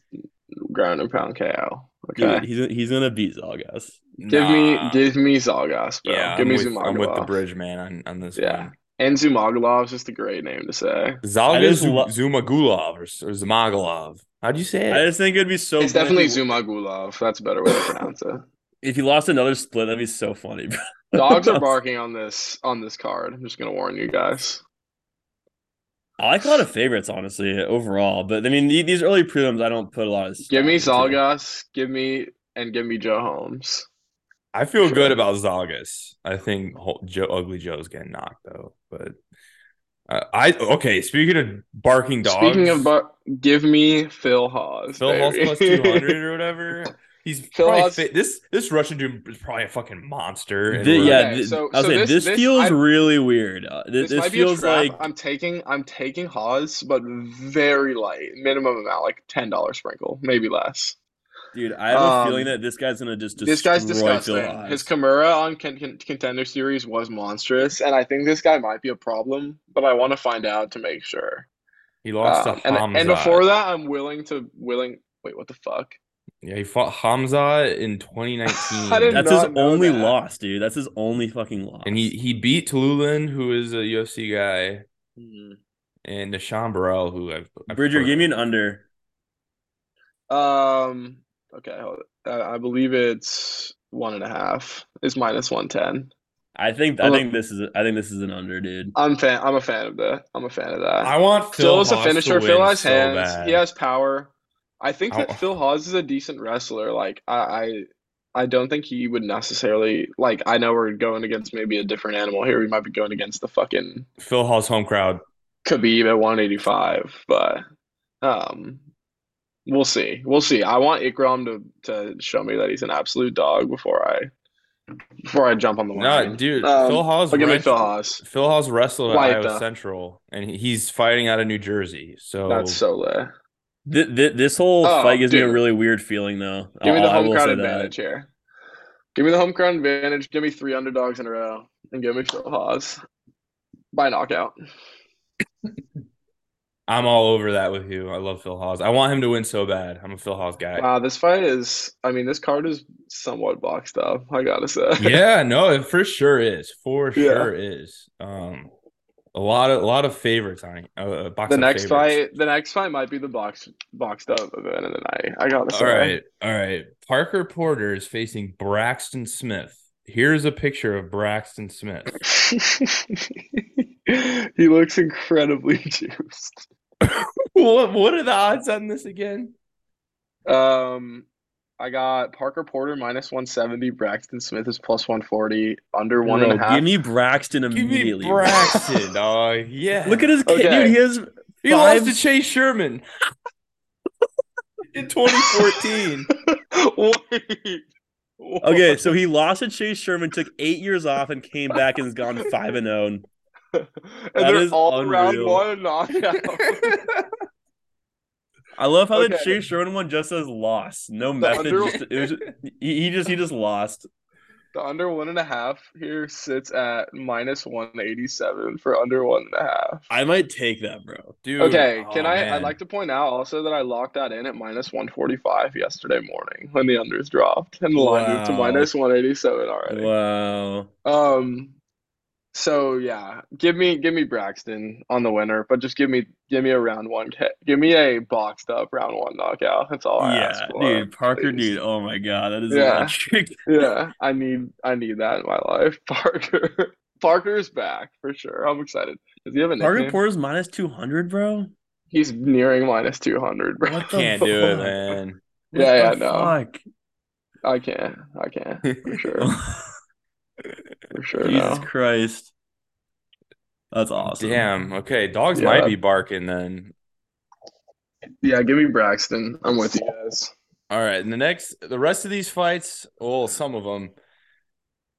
C: ground and pound KO.
B: Dude,
C: Okay.
B: he's he's gonna beat Zalgas.
C: Give
A: Nah.
C: me give me Zalgas, bro.
A: yeah,
C: give
A: I'm
C: me
A: with,
C: Zumagulov.
A: I'm with the bridge man on, on this
C: Yeah.
A: one.
C: And Zumagulov's just a great name to say.
A: Zalga
B: just
A: Zu-
B: lo-
A: Zumagulov or, S- or Zumagulov. How'd you say
B: I
A: it?
B: just think it'd be so.
C: It's
B: funny
C: definitely
B: if he-
C: Zumagulov. That's a better way to pronounce it.
B: If he lost another split, that'd be so funny. bro.
C: Dogs are barking on this on this card. I'm just gonna warn you guys.
B: I like a lot of favorites, honestly, overall. But I mean, the- these early prelims, I don't put a lot of. stock
C: Give me
B: into.
C: Zalgas. Give me and give me Joe Holmes.
A: I feel good about Zalgas. I think Ho- Joe Ugly Joe's getting knocked though, but uh, I okay. Speaking of barking dogs,
C: Speaking of, bar- give me Phil Hawes.
A: Phil Hall's
C: baby.
A: plus two hundred or whatever. He's
C: Phil
A: probably
C: Hall's-
A: fit. this this Russian dude is probably a fucking monster. and
B: Thi-
A: we're-
B: yeah,
C: Okay,
B: thi-
C: so-
B: I was
C: so
B: saying,
C: this-
B: this,
C: this-
B: feels
C: I-
B: really weird. Uh, thi-
C: This,
B: this
C: might be a
B: feels
C: trap.
B: like
C: I'm taking I'm taking Hawes, but very light, minimum amount, like ten dollar sprinkle, maybe less.
B: Dude, I have a
C: Um,
B: feeling that this guy's gonna just destroy
C: this guy's
B: Phil
C: disgusting.
B: Haas.
C: His Kimura on con- con- contender series was monstrous, and I think this guy might be a problem, but I want to find out to make sure.
A: he lost
C: Um,
A: to
C: and,
A: Hamza.
C: and before that, I'm willing to willing. Wait, what the fuck?
A: yeah, he fought Hamza in 2019.
C: I didn't
B: That's
C: know
B: his
C: not
B: only
C: that.
B: loss, dude. That's his only fucking loss.
A: and he he beat Tululin, who is a UFC guy,
C: Hmm.
A: and Nishan Burrell, who I've, I've
B: Bridger,
A: heard
B: give me
A: of.
B: an under.
C: Um. Okay, hold it. Uh, I believe it's one and a half. It's minus one ten.
B: I think I
C: Hold on.
B: think this is I think this is an under, dude.
C: I'm fan. I'm a fan of that. I'm a fan of that.
A: I want Phil
C: Phil is a
A: Haas to
C: finisher.
A: win
C: Phil has
A: so
C: hands.
A: bad.
C: He has power. I think
A: I
C: that
A: wa-
C: Phil Hawes is a decent wrestler. Like I, I, I don't think he would necessarily like. I know we're going against maybe a different animal here. We might be going against the fucking
A: Phil Hall's home crowd.
C: Khabib at 185, but um, we'll see. We'll see. I want Ikram to to show me that he's an absolute dog before I before I jump on the
A: No,
C: line.
A: dude,
C: Um,
A: Phil Hall's
C: but give me
A: wrecked-
C: Phil Hawes.
A: Phil Hall's wrestled at
C: Light,
A: Iowa
C: though.
A: Central, and he- he's fighting out of New Jersey. So
C: That's so lit.
B: Th- th- this whole
C: Oh,
B: fight gives me a
C: dude.
B: really weird feeling, though.
C: Give me the
B: Oh, I- I
C: home
B: will
C: crowd
B: say
C: advantage
B: that.
C: here. Give me the home crowd advantage. Give me three underdogs in a row, and give me Phil Hawes by knockout.
A: I'm all over that with you. I love Phil Hawes. I want him to win so bad. I'm a Phil Hawes guy.
C: Wow, Uh, this fight is. I mean, this card is somewhat boxed up. I gotta say.
A: yeah, no, it for sure is. For
C: Yeah.
A: sure is. Um, a lot of a lot of favorites on uh, box
C: The
A: of
C: next
A: favorites.
C: fight, the next fight might be the box boxed up event of the night. I gotta say.
A: All right, all right. Parker Porter is facing Braxton Smith. Here's a picture of Braxton Smith.
C: he looks incredibly juiced.
A: what What are the odds on this again?
C: Um, I got Parker Porter minus one seventy. Braxton Smith is plus one forty. Under one and a
B: Bro,
C: half.
B: Give me Braxton
A: Give me
B: immediately. bro.
A: Braxton, dog. Yeah.
B: Look at his kid,
C: Okay.
B: dude. He has
A: he lost to
B: five-
A: Chase Sherman in 2014.
C: Wait.
B: okay. So he lost to Chase Sherman, took eight years off, and came back and has gone five and oh. zero.
C: and
B: That
C: they're
B: is
C: all round
B: unreal.
C: one knockout.
B: I love how the
C: Okay.
B: Chase Sherman one just says loss, no method.
C: under-
B: just- it was just- he, he just he just lost.
C: the under one and a half here sits at minus one eighty seven for under one and a half.
B: I might take that, bro.
A: Dude,
C: Okay,
B: Oh,
A: aw,
C: can I? I'd
A: man.
C: like to point out also that I locked that in at minus one forty five yesterday morning when the unders dropped and the line moved to
B: Wow.
C: minus one eighty seven already.
B: Wow.
C: Um, so yeah, give me give me Braxton on the winner, but just give me give me a round one, ca- give me a boxed up round one knockout. That's all I
B: yeah,
C: ask for.
B: dude, Parker,
C: please.
B: dude. Oh my god, that is
C: Yeah.
B: electric.
C: Yeah, I need I need that in my life. Parker Parker's back for sure. I'm excited. Does he have a
B: Parker
C: nickname?
B: Porter's minus two hundred, bro.
C: He's nearing minus two hundred, bro.
B: What the
A: Can't do it,
B: fuck?
A: man.
B: What
C: Yeah,
B: the
C: yeah, no.
B: fuck?
C: I can't. I can't. For sure. For sure.
B: Jesus
C: no.
B: Christ, that's awesome.
A: Damn. Okay, dogs
C: Yeah.
A: might be barking then.
C: Yeah, give me Braxton. I'm with you guys.
A: All right, and the next, the rest of these fights, well, some of them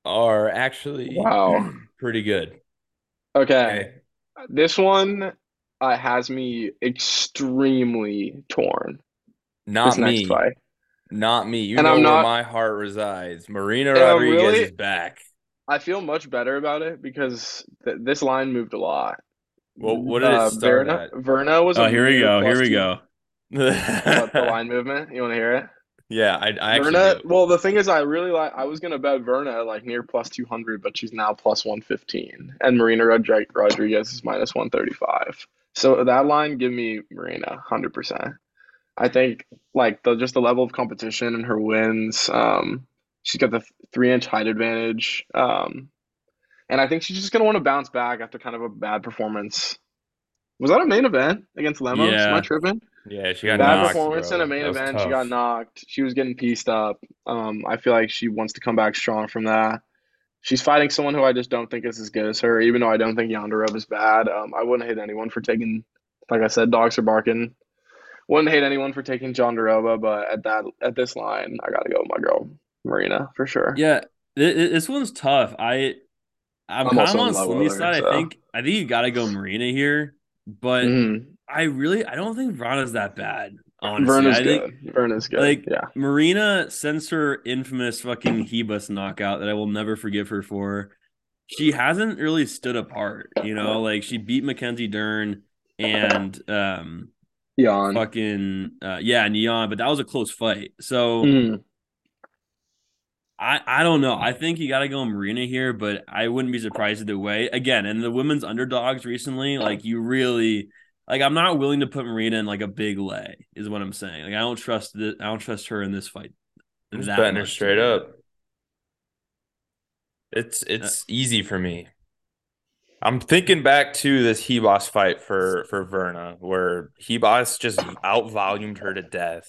A: are actually
C: Wow.
A: pretty good.
C: Okay.
A: Okay.
C: This one uh, has me extremely torn.
A: Not
C: this next
A: me,
C: fight.
A: not me. You
C: And
A: know
C: I'm
A: where
C: not-
A: my heart resides. Marina
C: And I'm
A: Rodriguez
C: really-
A: is back.
C: I feel much better about it because th- this line moved a lot. Uh,
A: Well, what did it start
C: Verna, Verna was
B: Oh,
C: a
B: here we
C: mere
B: go. Here
C: plus
B: we
C: two-
B: go.
C: What, the
A: at?
C: line movement. You want to hear it?
A: Yeah, I, I actually
C: Verna.
A: do.
C: Well, the thing is, I really like. I was gonna bet Verna like near plus two hundred, but she's now plus one fifteen, and Marina Rodri- Rodriguez is minus one thirty five. So that line, give me Marina hundred percent. I think like the just the level of competition and her wins. Um, she's got the three inch height advantage. Um, and I think she's just gonna want to bounce back after kind of a bad performance. Was that a main event against Lemos? Am
B: Yeah.
C: I tripping?
A: Yeah, she got
C: bad
A: knocked,
C: performance
A: bro.
C: in a main
A: That was
C: event. She
A: tough.
C: got knocked. She was getting pieced up. Um, I feel like she wants to come back strong from that. She's fighting someone who I just don't think is as good as her, even though I don't think Yonderev is bad. Um, I wouldn't hate anyone for taking, like I said, dogs are barking. Wouldn't hate anyone for taking John Derova, but at that at this line, I gotta go with my girl Marina for sure.
B: Yeah, thi- thi- this one's tough. I I'm,
C: I'm
B: kind of
C: also
B: on
C: in love with
B: Slimy's
C: her,
B: side. I
C: so.
B: think I think you got to go Marina here, but
C: Mhm.
B: I really I don't think Verna's that bad. Honestly,
C: Verna's
B: I think
C: good. Verna's good.
B: like,
C: yeah.
B: Marina sends her infamous fucking Hebus knockout that I will never forgive her for. She hasn't really stood apart, you know. Like she beat Mackenzie Dern and um
C: Yawn.
B: fucking uh, yeah Neon, but that was a close fight. So.
C: Mhm.
B: I, I don't know. I think you got to go Marina here, but I wouldn't be surprised either way. Again, and the women's underdogs recently, like you really, like I'm not willing to put Marina in like a big lay, is what I'm saying. Like I don't trust the, I don't trust her in this fight.
A: I'm just
B: that
A: betting her
B: much.
A: straight up. It's
B: Uh,
A: it's easy for me. I'm thinking back to this Hebos fight for for Verna, where Hebos just outvolumed her to death,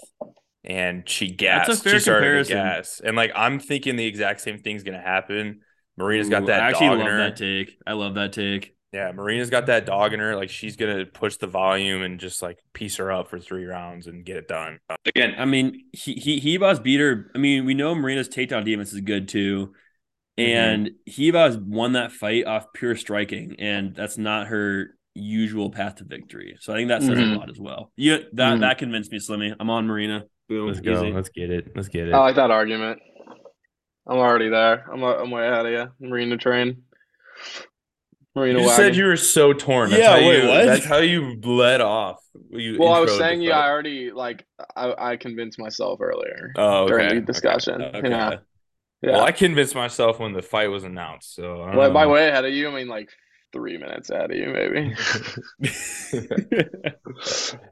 A: and she gasped.
B: fair
A: she started
B: comparison.
A: To gas. And like I'm thinking the exact same thing's gonna happen. Marina's got
B: Ooh,
A: that
B: I actually
A: dog
B: love
A: in her.
B: that take. I love that take.
A: Yeah, Marina's got that dog in her. Like she's gonna push the volume and just like piece her up for three rounds and get it done.
D: Again,
B: I mean, he he Hebas beat her. I mean, we know Marina's takedown defense is good too,
C: Mm-hmm.
B: and Hebas won that fight off pure striking, and that's not her usual path to victory. So I think that says
C: Mhm.
B: a lot as well. Yeah, that
C: Mhm.
B: that convinced me, Slimmy. I'm on Marina. Boom,
A: Let's go.
B: easy.
A: Let's get it. Let's get it.
C: I like that argument. I'm already there. I'm uh, I'm way ahead of you. Marina train. Marina
A: You
C: wagon.
A: said you were so torn. That's
B: Yeah,
A: how
B: wait,
A: you,
B: what?
A: That's how you bled off. You
C: well, I was
A: introed
C: saying,
A: the
C: yeah, I
A: fight.
C: already like I, I convinced myself earlier
A: Oh, okay.
C: during the
A: okay.
C: discussion.
B: Okay.
C: Yeah, yeah.
A: Well, I convinced myself when the fight was announced. So, I don't
C: Well, by
A: know.
C: way ahead of you, I mean like three minutes ahead of you, maybe.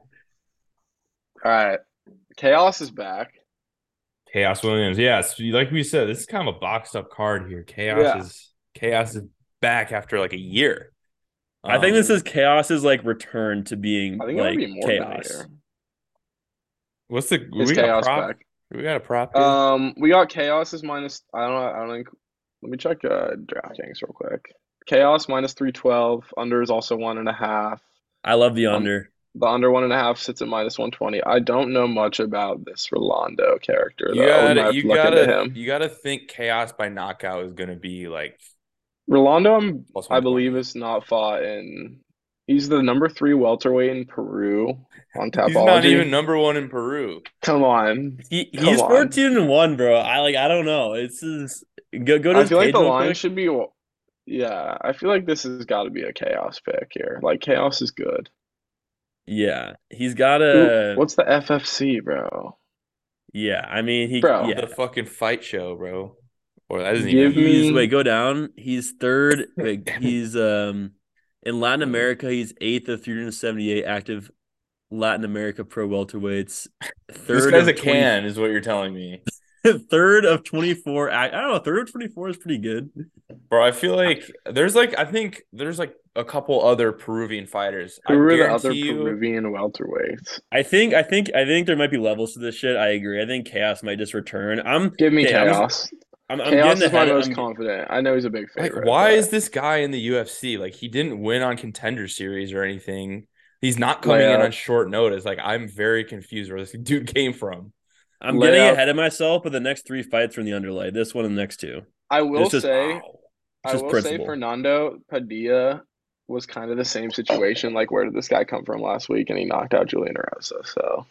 C: All right, chaos is back.
A: Chaos Williams. Yes, like we said, this is kind of a boxed up card here. Chaos
C: Yeah.
A: is chaos is back after like a year.
B: I think
A: Um,
B: this is chaos's like return to being
C: I think
B: like
C: it would be more
B: chaos.
C: chaos.
A: what's the
C: Is
A: we got a
C: chaos
A: prop?
C: back?
A: We got a prop. here?
C: Um, we got chaos is minus. I don't. know- I don't think. Let me check uh, DraftKings real quick. Chaos minus three twelve. Under is also one and a half.
B: I love the
C: Um,
B: under.
C: The under one and a half sits at minus one twenty. I don't know much about this Rolando character though.
A: you
C: We might
A: gotta,
C: have
A: you
C: to look into
A: gotta,
C: him.
A: you gotta think chaos by knockout is gonna be like
C: Rolando, I'm,
A: plus
C: I believe,
A: 120.
C: is not fought in. He's the number three welterweight in Peru on Tapology.
A: He's not even number one in Peru.
C: Come on.
B: He,
C: come
B: he's
C: on.
B: fourteen and one, bro. I like. I don't know. It's is go go to
C: I
B: his
C: feel like
B: page
C: the
B: real
C: line
B: quick.
C: should be. Yeah, I feel like this has got to be a chaos pick here. Like chaos is good.
B: Yeah, he's got
C: Ooh,
B: a.
C: What's the FFC, bro?
B: Yeah, I mean he.
C: Bro.
B: yeah.
A: The fucking fight show, bro. Or that isn't
C: Give
A: even.
C: me-
B: He's wait, go down. He's third. Wait, he's um in Latin America. He's eighth of 378 active Latin America pro welterweights.
A: This
B: Third
A: guy's
B: of
A: a can, is what you're telling me,
B: 20 third of 24. act- I don't know. Third of 24 is pretty good.
A: bro. I feel like there's like I think there's like a couple other Peruvian fighters.
C: Who
A: I
C: were the
A: guarantee
C: other
A: you-
C: Peruvian welterweights?
B: I think. I think. I think there might be levels to this shit. I agree. I think chaos might just return. I'm.
C: Give me
B: Okay, I'm just-
C: chaos.
B: I'm. I'm
C: chaos
B: getting
C: is my
B: ahead of-
C: most
B: I'm-
C: confident. I know he's a big
A: Like,
C: favorite.
A: why
C: but-
A: is this guy in the UFC? Like, he didn't win on contender series or anything. He's not coming in
C: Layout.
A: on short notice. Like, I'm very confused where this dude came from.
B: I'm
C: Lay
B: getting
C: out-
B: ahead of myself, but the next three fights are in the underlay. This one and the next two.
C: I will
B: This is-
C: say,
A: Wow.
C: I
B: just
C: will
B: principle.
C: say Fernando Padilla was kind of the same situation. Like, where did this guy come from last week? And he knocked out Julian Arosa. So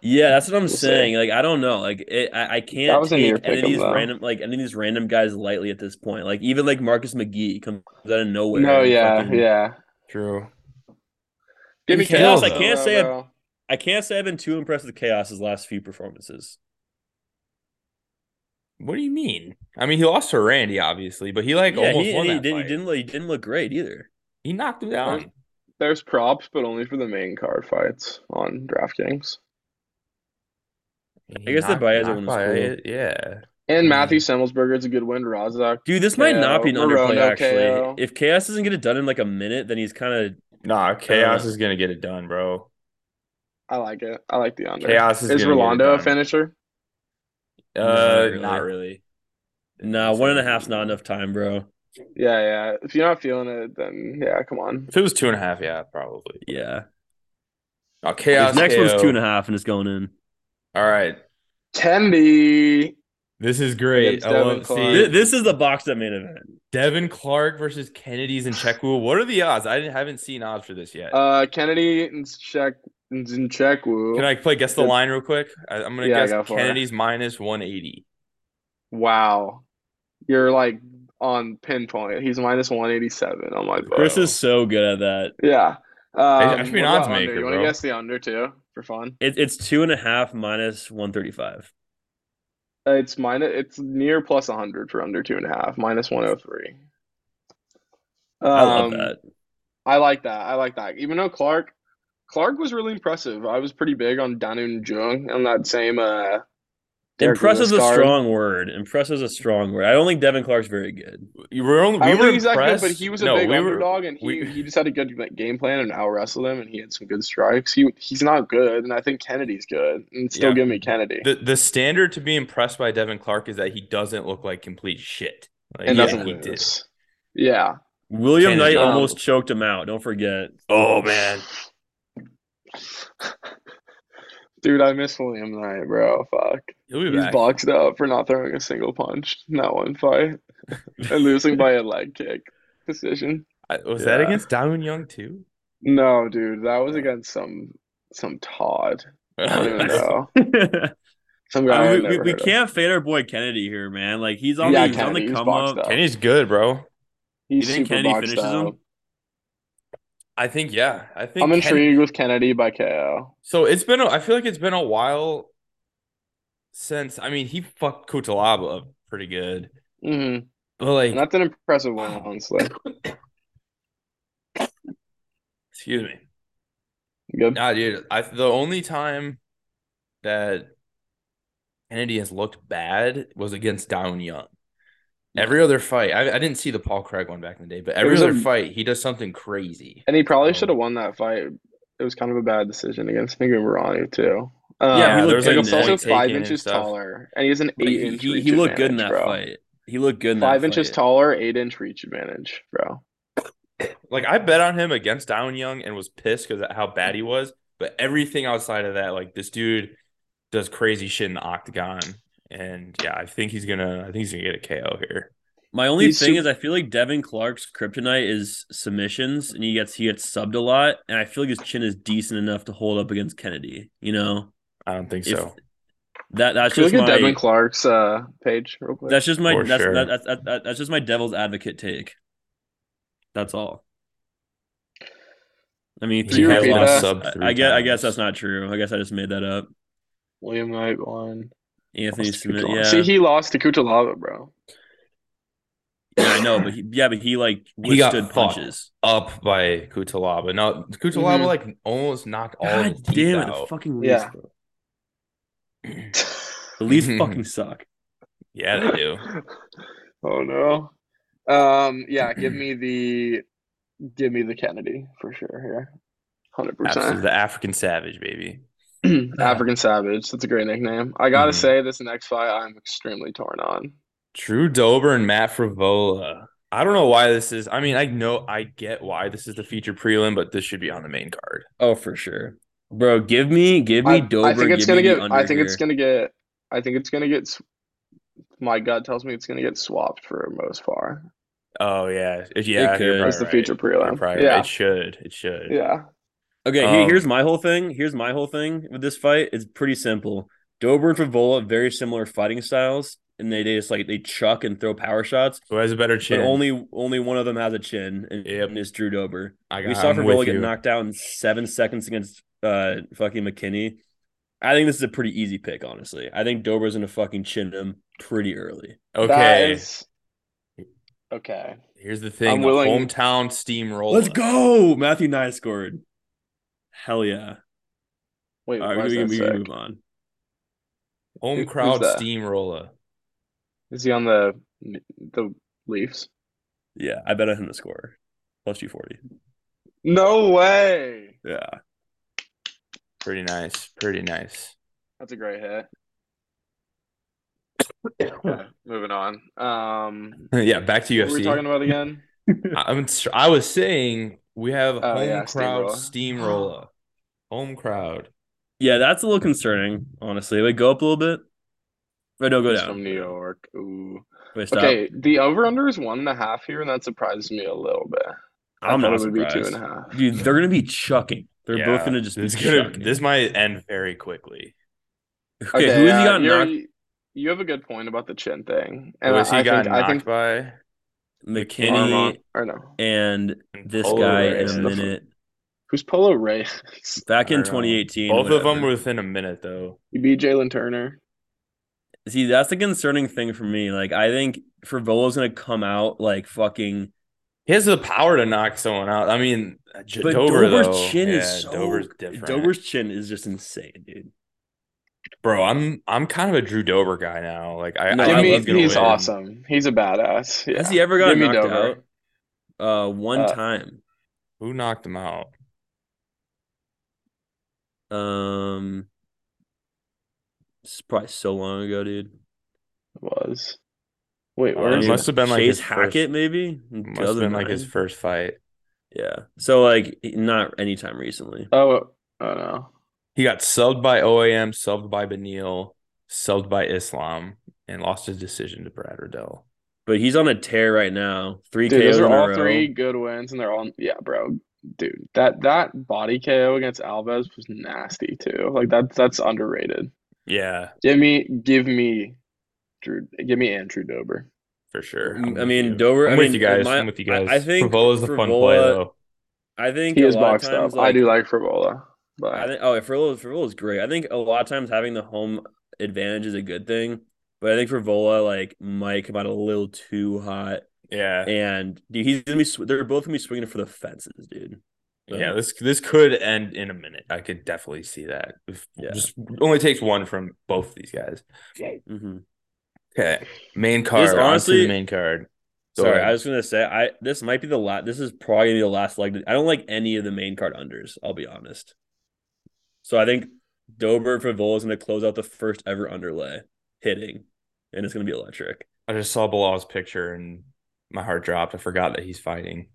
B: Yeah, that's what I'm
C: see.
B: saying. Like, I don't know. Like, it, I, I
C: That
B: can't
C: was an ear
B: take any of
C: pick 'em,
B: these
C: though.
B: random, like, any of these random guys lightly at this point. Like, even like Marcus McGee comes out of nowhere.
C: no,
B: and
C: yeah,
B: fucking-
C: yeah.
A: True.
C: Give me
B: Chaos,
C: chaos.
A: I
C: though,
B: can't say a-
C: bro.
B: I can't say I've been too impressed with Chaos's last few performances.
A: What do you mean? I mean, he lost to Randy, obviously, but he like
B: yeah,
A: almost
B: he,
A: won
B: and he
A: that
B: didn't. He
A: fight.
B: didn't. look- He didn't look great either.
A: He knocked him down.
C: There's props, but only for the main card fights on DraftKings.
A: He
B: I guess the
A: knocked-
B: Baeza
A: knocked
B: one was
A: Baez- Yeah.
C: And
A: Mm.
C: Matthew Semmelsberger's a good win. Razak.
B: Dude, this might not be an
C: KO,
B: underplay.
C: Moreno,
B: Actually,
C: KO.
B: if Chaos doesn't get it done in like a minute, then he's kind of
E: Nah, chaos
B: Uh,
E: is gonna get it done, bro.
C: I like it. I like the under.
E: Chaos is,
C: Is
E: gonna get it
C: Rolando a
E: done.
C: finisher?
E: Uh,
B: Not
E: not really.
B: nah. One and a half's not enough time, bro.
C: Yeah, yeah. If you're not feeling it, then yeah, come on.
E: If it was two and a half, yeah, probably.
B: Yeah.
E: No, chaos.
B: His next
E: KO.
B: one's two and a half, and it's going in.
E: All right,
C: Kendi.
A: This is great.
C: Against
A: I
C: Devin
A: love
C: Clark.
A: seeing
B: Th- This is the box that main event.
A: Devin Clark versus Kennedy's and Checkwool. What are the odds? I didn't, haven't seen odds for this yet.
C: Uh, Kennedy and Czech and Czech
A: Can
C: Woo.
A: I play guess the
C: good.
A: line real quick? I, I'm gonna
C: Yeah, go
A: guess
C: for it.
A: Kennedy's minus 180.
C: Wow, you're like on pinpoint. He's minus one eighty seven on my book.
B: Chris is so good at that.
C: Yeah. Um,
A: I should be an
C: what about
A: odds maker,
C: under? You want to
A: bro.
C: guess the under too for fun?
B: It, it's two and a half minus one thirty-five.
C: Uh, It's minus. It's near plus one hundred for under two and a half. Minus one hundred three. Um,
B: I love that.
C: I like that. I like that. Even though Clark, Clark was really impressive. I was pretty big on Danun Jung on that same. Uh, Derek
B: Impressive is
C: Lewis
B: a
C: card.
B: strong word. Impressive is a strong word. I don't think Devin Clark's very good.
A: You were only,
C: I
A: we
C: don't
A: were
C: think he's that good,
A: impressed.
C: but he was a
A: no,
C: big
A: we were,
C: underdog, and he,
A: we-
C: he just had a good like, game plan and out wrestled him, and he had some good strikes. He he's not good, and I think Kennedy's good, and still
A: Yeah.
C: give me Kennedy.
A: The the standard to be impressed by Devin Clark is that he doesn't look like complete shit. Like,
C: and
A: yeah,
C: doesn't
A: he
C: lose.
A: did.
C: Yeah,
B: William
A: Kennedy.
B: Knight
C: Um,
B: almost choked him out. Don't forget.
A: Oh man,
C: dude, I miss William Knight, bro. Fuck,
A: he'll be
C: he's
A: back.
C: boxed out for not throwing a single punch in that one fight, and losing by a leg kick decision.
A: I- was that
B: Yeah.
A: against Diamond Young too?
C: No, dude, that was against some some Todd. I don't even know. Some guy.
B: I
C: I've
B: mean, we, we,
C: never
B: we
C: heard of.
B: can't fade our boy Kennedy here, man. Like he's on
C: Yeah,
B: the he's on the
C: Kennedy, he's
B: come up.
C: boxed up.
A: Kenny's good, bro.
C: He's
B: think
C: super
B: Kennedy
C: boxed
B: finishes him?
C: out.
A: I think yeah. I think
C: I'm
A: Ken-
C: intrigued with Kennedy by KO.
A: So it's been a, I feel like it's been a while since I mean he fucked Kutalaba up pretty good.
C: hmm
A: But like
C: That's an impressive one, honestly.
A: excuse me.
C: Good.
A: Nah, dude. I the only time that Kennedy has looked bad was against Down Young. Every other fight, I, I didn't see the Paul Craig one back in the day, but every
C: There's
A: other
C: a-
A: fight he does something crazy.
C: And he probably
A: Um,
C: should have won that fight. It was kind of a bad decision against Nagumurani too.
B: Yeah, he
C: Um,
B: looked
C: there's like
B: good in
C: he's
B: that.
C: also
A: Point
C: five
A: taken and
C: inches
A: stuff.
C: taller, and he has an
B: Like,
C: eight
B: he,
C: inch
B: he,
C: reach
B: he looked good in that
C: advantage, bro.
B: fight. He looked good in that
C: Five inches
B: fight.
C: taller, eight inch reach advantage, bro.
A: Like I bet on him against Down Young and was pissed because how bad he was. But everything outside of that, like this dude does crazy shit in the octagon. And yeah, I think he's gonna I think he's gonna get a KO here.
B: My only
C: He's
B: thing
C: su-
B: is, I feel like Devin Clark's kryptonite is submissions, and he gets he gets subbed a lot, and I feel like his chin is decent enough to hold up against Kennedy. You know,
A: I don't think
B: If-
A: so.
B: that that's
C: Can we
B: just
C: look at
B: my
C: Devin Clark's uh, page real quick?
B: that's just my
A: For
B: that's
A: sure.
B: that, that's that, that's just my devil's advocate take. That's all. I mean,
A: He
B: three
C: has
B: guys
C: lost
B: lost.
A: sub
B: I-
A: three
B: I guess I guess
A: times.
B: that's not true. I guess I just made that up.
C: William Knight won.
B: Anthony
C: Lost to
B: Smith.
C: Kutalaba.
B: Yeah,
C: See, he lost to Kutalaba, bro.
B: yeah, I know, but he, yeah, but he like
A: He got
B: withstood
A: fucked.
B: punches.
A: Up by Kutalaba. No, Kutalaba
C: Mhm.
A: like almost knocked all of his
B: Mm-hmm. God
A: teeth
B: damn it! The
A: out.
B: fucking Leafs,
C: Yeah.
B: bro. The Leafs fucking suck.
A: yeah, they do.
C: Oh no. Um. Yeah. Give me the. Give me the Kennedy for sure. Here. Hundred
A: Absolutely,
C: percent.
A: the African savage, baby.
C: African Savage. That's a great nickname. I gotta
A: Mhm.
C: say, this next fight I'm extremely torn on.
A: Drew Dober and Matt Frivola. I don't know why this is. I mean, I know I get why this is the feature prelim, but this should be on the main card.
B: Oh, for sure, bro. Give me, give me
C: I, I
B: Dover.
C: think it's
B: give
C: gonna
B: me the
C: get.
B: under
C: I think it's
B: here.
C: gonna get. I think it's gonna get. s- My gut tells me it's gonna get swapped for most far.
A: Oh yeah, It- yeah.
B: could.
A: you're probably
C: That's the
A: right.
C: feature
A: You're
C: prelim.
A: probably
C: Yeah.
A: right. It should. It should.
C: Yeah.
B: Okay, here-
A: Um,
B: here's my whole thing. Here's my whole thing with this fight. It's pretty simple. Dober and Favola, very similar fighting styles, and they, they just like they chuck and throw power shots.
A: Who has a better chin?
B: But only only one of them has a chin, and
A: Yep.
B: it's Drew Dober.
A: I got,
B: We saw
A: I'm with
B: Favola get
A: you.
B: knocked out in seven seconds against uh fucking McKinney. I think this is a pretty easy pick, honestly. I think Dober's gonna fucking chin him pretty early.
C: That
A: Okay.
C: is- Okay.
A: Here's the thing.
C: I'm
A: the
C: willing-
A: Hometown steamroll.
B: Let's go. Matthew Nye scored. Hell yeah.
C: Wait,
B: All
C: why
B: right,
C: is
B: we, can
C: that
B: we can
C: sick?
B: move on.
A: Home
C: Who's
A: crowd
C: that?
A: steamroller.
C: Is he on the the Leafs?
B: Yeah, I bet on him to score. Plus 240.
C: No way.
B: Yeah.
A: Pretty nice. Pretty nice.
C: That's a great hit. Okay, moving on. Um,
A: yeah, back to
C: what were we
A: UFC.
C: talking about again?
A: I'm, I was saying we have
C: Oh,
A: home
C: yeah,
A: crowd
C: steamroller.
A: steamroller. Home crowd.
B: Yeah, that's a little concerning, honestly. Wait, go up a little bit. Right, no, go
C: He's
B: down.
C: from New York. Ooh.
B: Wait, stop.
C: Okay, the over under is one and a half here, and that surprises me a little bit. I
B: I'm
C: thought
B: not
C: it would be two
B: surprised.
C: and a half.
B: Dude, they're gonna be chucking. They're both
A: Yeah,
B: gonna just be
A: this gonna-
B: chucking.
A: this might end very quickly.
B: okay, who's
C: uh,
B: he got
C: you're-
B: knocked?
C: You have a good point about the chin thing,
A: And
C: and
A: was he
C: I, I
A: got
C: think
A: knocked
C: I think
A: by
B: McKinney
C: or no,
B: and this
A: Polo
B: guy in
A: Reyes.
B: a minute.
C: who's Polo Reyes?
B: Back
A: I
B: in
A: don't know.
B: 2018.
A: Both of them
B: whatever.
A: were within a minute though.
C: You beat Jalen Turner.
B: See, that's the concerning thing for me. Like, I think Frivolo's gonna come out like fucking.
A: He has the power to knock someone out. I mean, J-
B: But
A: Dober,
B: Dober's
A: though,
B: chin
A: yeah,
B: is so.
A: Dober's different.
B: Dober's chin is just insane, dude.
A: bro. I'm I'm kind of a Drew Dober guy now. Like I,
B: No,
A: I
B: I
A: think
C: Jimmy,
B: love
A: he's gonna
C: he's
A: win.
C: awesome. He's a badass. Yeah.
B: Has he ever gotten
C: Give me
B: knocked
C: Dover.
B: out? Uh, one
C: Uh,
B: time.
A: Who knocked him out?
B: Um, it's probably so long ago, dude.
C: was. Wait,
A: Uh,
C: where
A: it
B: Dude,
C: is it?
A: must have been, like,
B: Chase
A: his first-
B: Hackett, maybe. in
A: Must have been like his
B: 2009?
A: first fight.
B: Yeah. So like not anytime recently.
C: Oh, oh no.
A: He got subbed by OAM, subbed by Benil, subbed by Islam, and lost his decision to Brad Riddell.
B: But he's on a tear right now. Three
C: Dude,
B: KOs
C: those
B: in
C: are
B: a
C: all
B: row.
C: three good wins, and they're all yeah, bro. Dude, that that body KO against Alves was nasty too. Like that's that's underrated.
A: Yeah,
C: Give me, give me, Drew. Give me Andrew Dober.
A: for sure. I'm
B: I
A: with
B: mean,
A: you.
B: Dover.
A: I'm
B: I
A: with
B: mean,
A: you guys.
B: my-
A: I'm with you guys.
B: I, I think
A: Frivola's the fun play
B: Frivola-
A: though.
B: I think
C: He
B: a
C: is
B: lot of
C: boxed
B: times.
C: up.
B: Like,
C: I do like Frivola, but
B: I think. Oh, Frivolo. Frivolo is great. I think a lot of times having the home advantage is a good thing. But I think Frivola like might come out a little too hot,
A: Yeah,
B: and dude, he's gonna be. sw- They're both gonna be swinging for the fences, dude.
A: yeah. This this could end in a minute. I could definitely see that. If-
B: Yeah.
A: Just only takes one from both of these guys.
B: hmm
A: Okay, main card. on to
B: honestly-
A: the main card. Go
B: Sorry,
A: ahead.
B: I was gonna say I. This might be the last. This is probably gonna be the last leg. I don't like any of the main card unders. I'll be honest. So I think Dober Frivola is gonna close out the first ever underlay hitting, and it's gonna be electric.
A: I just saw Bilal's picture and my heart dropped. I forgot that he's fighting.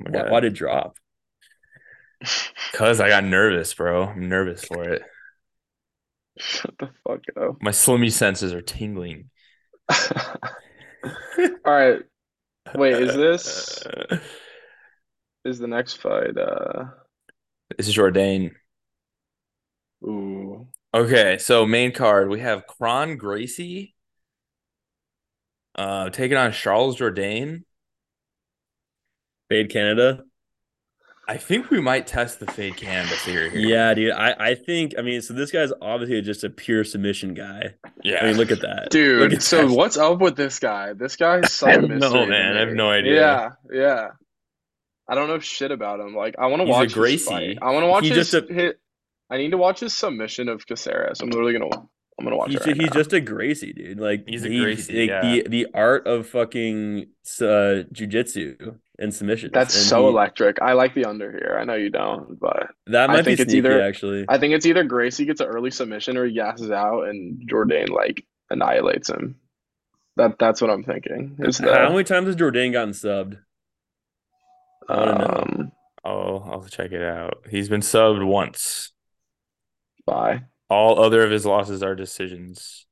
A: Oh my
B: Why,
A: God.
B: why did it drop?
A: Cause I got nervous, bro. I'm nervous for it.
C: shut the fuck up.
A: My slimy senses are tingling.
C: All right. Wait, is this is the next fight? Uh,
A: This is Jordan.
C: ooh,
A: Okay, so main card we have Kron Gracie uh taking on Charles Jourdain.
B: Fade Canada.
A: I think we might test the fade Canada theory here.
B: Yeah, dude. I I think. I mean, so this guy's obviously just a pure submission guy.
A: Yeah.
B: I mean, look at that. Look
C: dude.
B: at
C: So
B: that.
C: what's up with this guy? This guy's such a
A: don't know,
C: mystery. to
A: man. I have
C: me.
A: no idea.
C: Yeah, yeah. I don't know shit about him. Like, I want to
A: He's a
C: watch his
A: Gracie.
C: fight. I want to watch
B: He
C: his.
B: just a-
C: hit- I need to watch his submission of Caceres. I'm literally gonna. I'm gonna watch
B: He's,
C: it. Right
B: he's
C: now.
B: just a Gracie, dude. Like
A: He's a
B: he-
A: Gracie,
B: like, the the art of fucking uh, jujitsu and submission.
C: That's so electric. I like the under here. I know you don't, but
B: That
C: I
B: might be
C: think it's
B: sneaky,
C: either-
B: actually.
C: I think it's either Gracie gets an early submission or he gasses out and Jordan like annihilates him. That that's what I'm thinking. Is
B: How
C: that
B: many times has Jordan gotten subbed? I don't know.
C: um
A: Oh, I'll check it out. He's been subbed once.
C: bye.
A: All other of his losses are decisions.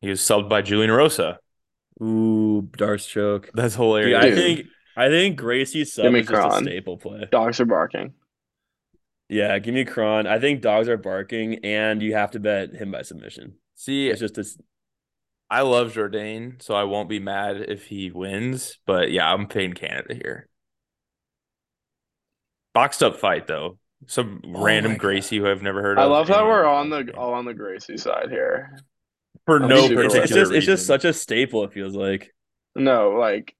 A: He was subbed by Julian Rosa.
B: Ooh, Darce choke.
A: That's
B: Dude,
A: hilarious.
B: I
C: Dude.
B: think I think Gracie's sub
C: Give me
B: is just a
C: Kron.
B: staple play.
C: Dogs are barking.
B: Yeah, give me Kron. I think dogs are barking, and you have to bet him by submission.
A: See,
B: It's just this.
A: I love Jourdain, so I won't be mad if he wins. But yeah, I'm fading Canada here. Boxed up fight though. Some
F: Oh
A: random
F: my
A: Gracie who I've never heard
C: I
A: of.
C: love how we're on the all on the Gracie side here.
A: for
C: I'm
A: no
C: super
A: particular
B: it's, it's just it's just
A: reason.
B: such a staple. It feels like
C: No, like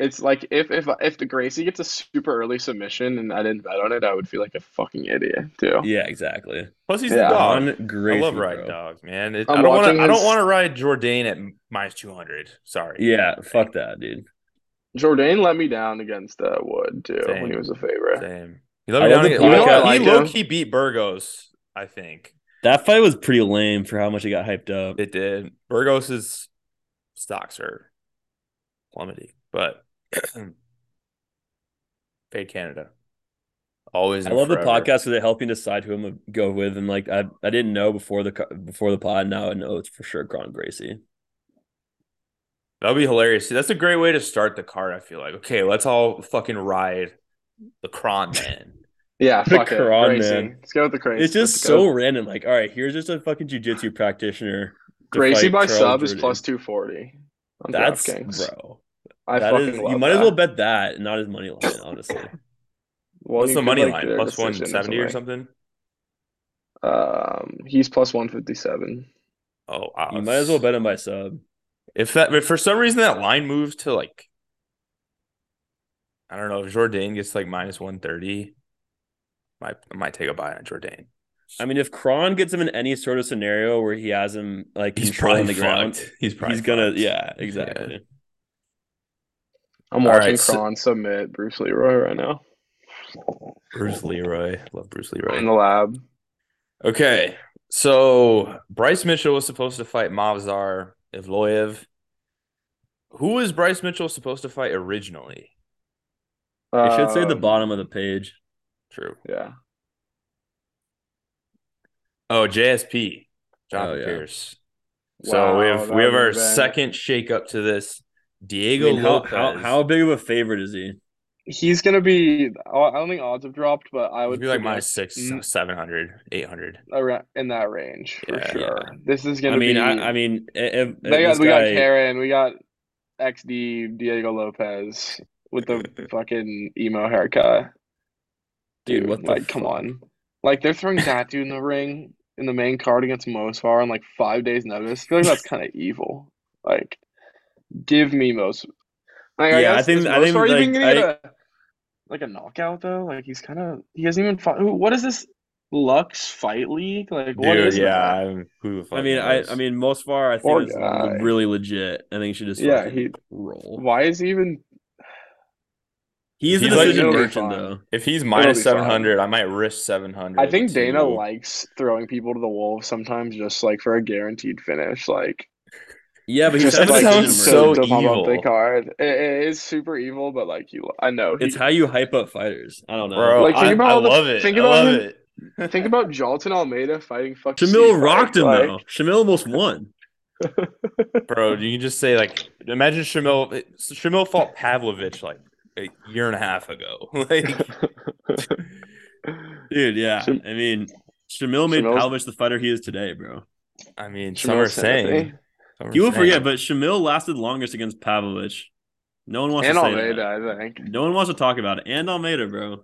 C: it's like if if if the Gracie gets a super early submission and I didn't bet on it, I would feel like a fucking idiot too.
B: yeah, exactly.
A: Plus, he's
C: Yeah.
A: the dog.
B: One
A: I
B: Gracie,
A: love riding
B: bro.
A: dogs, man. It,
C: I'm
A: I don't want to.
C: watching
A: I don't
C: this-
A: want to ride Jourdain at m- minus two hundred. Sorry.
B: Yeah, fuck that, dude.
C: Jourdain let me down against uh, Wood too when he
A: Same.
C: was a favorite.
A: Same. He let
B: I
A: me
B: love
A: down.
B: the
A: again. You know what?
C: podcast.
A: He
C: I like
A: low
C: him.
A: key beat Burgos. I think
B: That fight was pretty lame for how much it got hyped up.
A: it did. Burgos's stocks are plummeting, but fade Canada. Always.
B: I
A: and
B: love the
A: forever.
B: podcast because they help me decide who I'm gonna go with, and like I, I didn't know before the co- before the pod. Now I know it's for sure Gron Gracie.
A: That'd be hilarious. See, that's a great way to start the card. I feel like okay, let's all fucking ride the Kron man.
C: Yeah, fuck it,
B: Kron,
C: Gracie.
B: man.
C: Let's go with the Gracie.
B: It's just
C: Let's go.
B: so random. Like, all right, here's just a fucking jujitsu practitioner. to
C: Gracie
B: fight
C: by
B: Charles
C: sub is
B: Jourdain.
C: plus two forty on
B: That's
C: DraftKings.
B: bro.
C: I
B: that
C: fucking
B: is
C: love
B: you might as
C: that.
B: well bet that and not his money line, honestly.
C: Well,
A: What's
C: you
A: the
C: could,
A: money
C: like,
A: line?
C: do a
A: Plus
C: decision
A: one seventy or something.
C: Um, he's plus one fifty seven.
A: Oh, wow.
B: you might as well bet him by sub.
A: If that, if for some reason that line moves to like, I don't know, if Jourdain gets like minus one thirty, might I might take a buy on Jourdain.
B: I mean, if Kron gets him in any sort of scenario where he has him like
A: He's
B: controlling
A: probably
B: the ground,
A: fucked. He's probably
B: he's gonna
A: fucked.
B: yeah, exactly.
C: I'm
A: All
C: watching
A: right, so-
C: Kron submit Bruce Leroy right now
A: Bruce Leroy, love Bruce Leroy.
C: in the lab.
A: Okay, so Bryce Mitchell was supposed to fight Mavzar Evloev. Who was Bryce Mitchell supposed to fight originally?
B: It should say the
C: Um,
B: bottom of the page.
A: True.
C: Yeah,
A: Oh, JSP, Jonathan
B: Oh, yeah.
A: Pierce. So we
C: Wow,
A: have
C: that
A: we have
C: would've
A: our
C: been-
A: second shake up to this.
B: I
A: Diego
B: mean, how,
A: Lopez.
B: how how big of a favorite is he?
C: He's gonna be. I don't think odds have dropped, but I
A: I
C: would
A: would be like
C: predict
A: minus six,
C: Mm.
A: 700, 800.
C: around in that range for
A: Yeah,
C: sure. This is gonna
B: I mean,
C: be.
B: I, I mean, i- if, if
C: they got
B: this
C: we got
B: guy-
C: Karen, we got XD Diego Lopez with the fucking emo haircut.
B: Dude, what the
C: like, come on, like they're throwing that dude in the ring in the main card against Mosfar on like five days notice. I feel like that's kind of evil. Like, give me Mos. Like,
B: Yeah, I
C: guess-
B: think-
C: is
B: I think,
C: Mosfar even
B: like,
C: gonna get a like a knockout though? Like he's kind of he hasn't even fought. Who? What is this? Lux Fight League? Like what is that?
A: I'm- who the
B: I
A: fuck
B: mean, I
A: knows?
B: I mean, most far I
C: Poor
B: think is
C: guy.
B: really legit. I think he should just
C: Yeah,
B: fucking
C: he-
B: roll.
C: Why is he even
B: He's,
A: He's
B: a
A: like-
B: decision
A: It'll be
B: merchant
C: fine.
B: though.
A: if he's
C: be
A: minus
C: fine.
A: seven hundred, I might risk seven hundred.
C: I think Dana
A: to-
C: likes throwing people to the wolves sometimes, just like for a guaranteed finish. Like,
B: Yeah, but he
C: just
B: said
A: That
C: like
A: sounds
C: just
B: decision
A: so
B: merchant.
C: to pump up the
A: evil.
C: card. It, it is super evil, but like you, I know. He,
B: It's how you hype up fighters. I don't know.
A: Bro,
C: Like, think
A: I,
C: about
A: I
C: all the-
A: love it.
C: think
A: I
C: about
A: love
C: him-
A: it.
C: think about Jolton Almeida fighting fucking.
B: Shamil
C: Steve
B: rocked him
C: Like,
B: though. Shamil almost won.
A: Bro, you can just say like imagine Shamil Shamil fought Pavlovich like a year and a half ago. Like
B: Dude, yeah.
C: Sham-
B: I mean, Shamil made
C: Shamil's-
B: Palovich the fighter he is today, bro.
A: I mean,
C: Shamil eh?
A: some are
C: Santhi.
A: saying some are
B: You will
A: saying.
B: forget, but Shamil lasted longest against Pavlovich. No one wants
C: and
B: to say
C: Almeida,
B: that.
C: I think.
B: No one wants to talk about it. And Almeida, bro.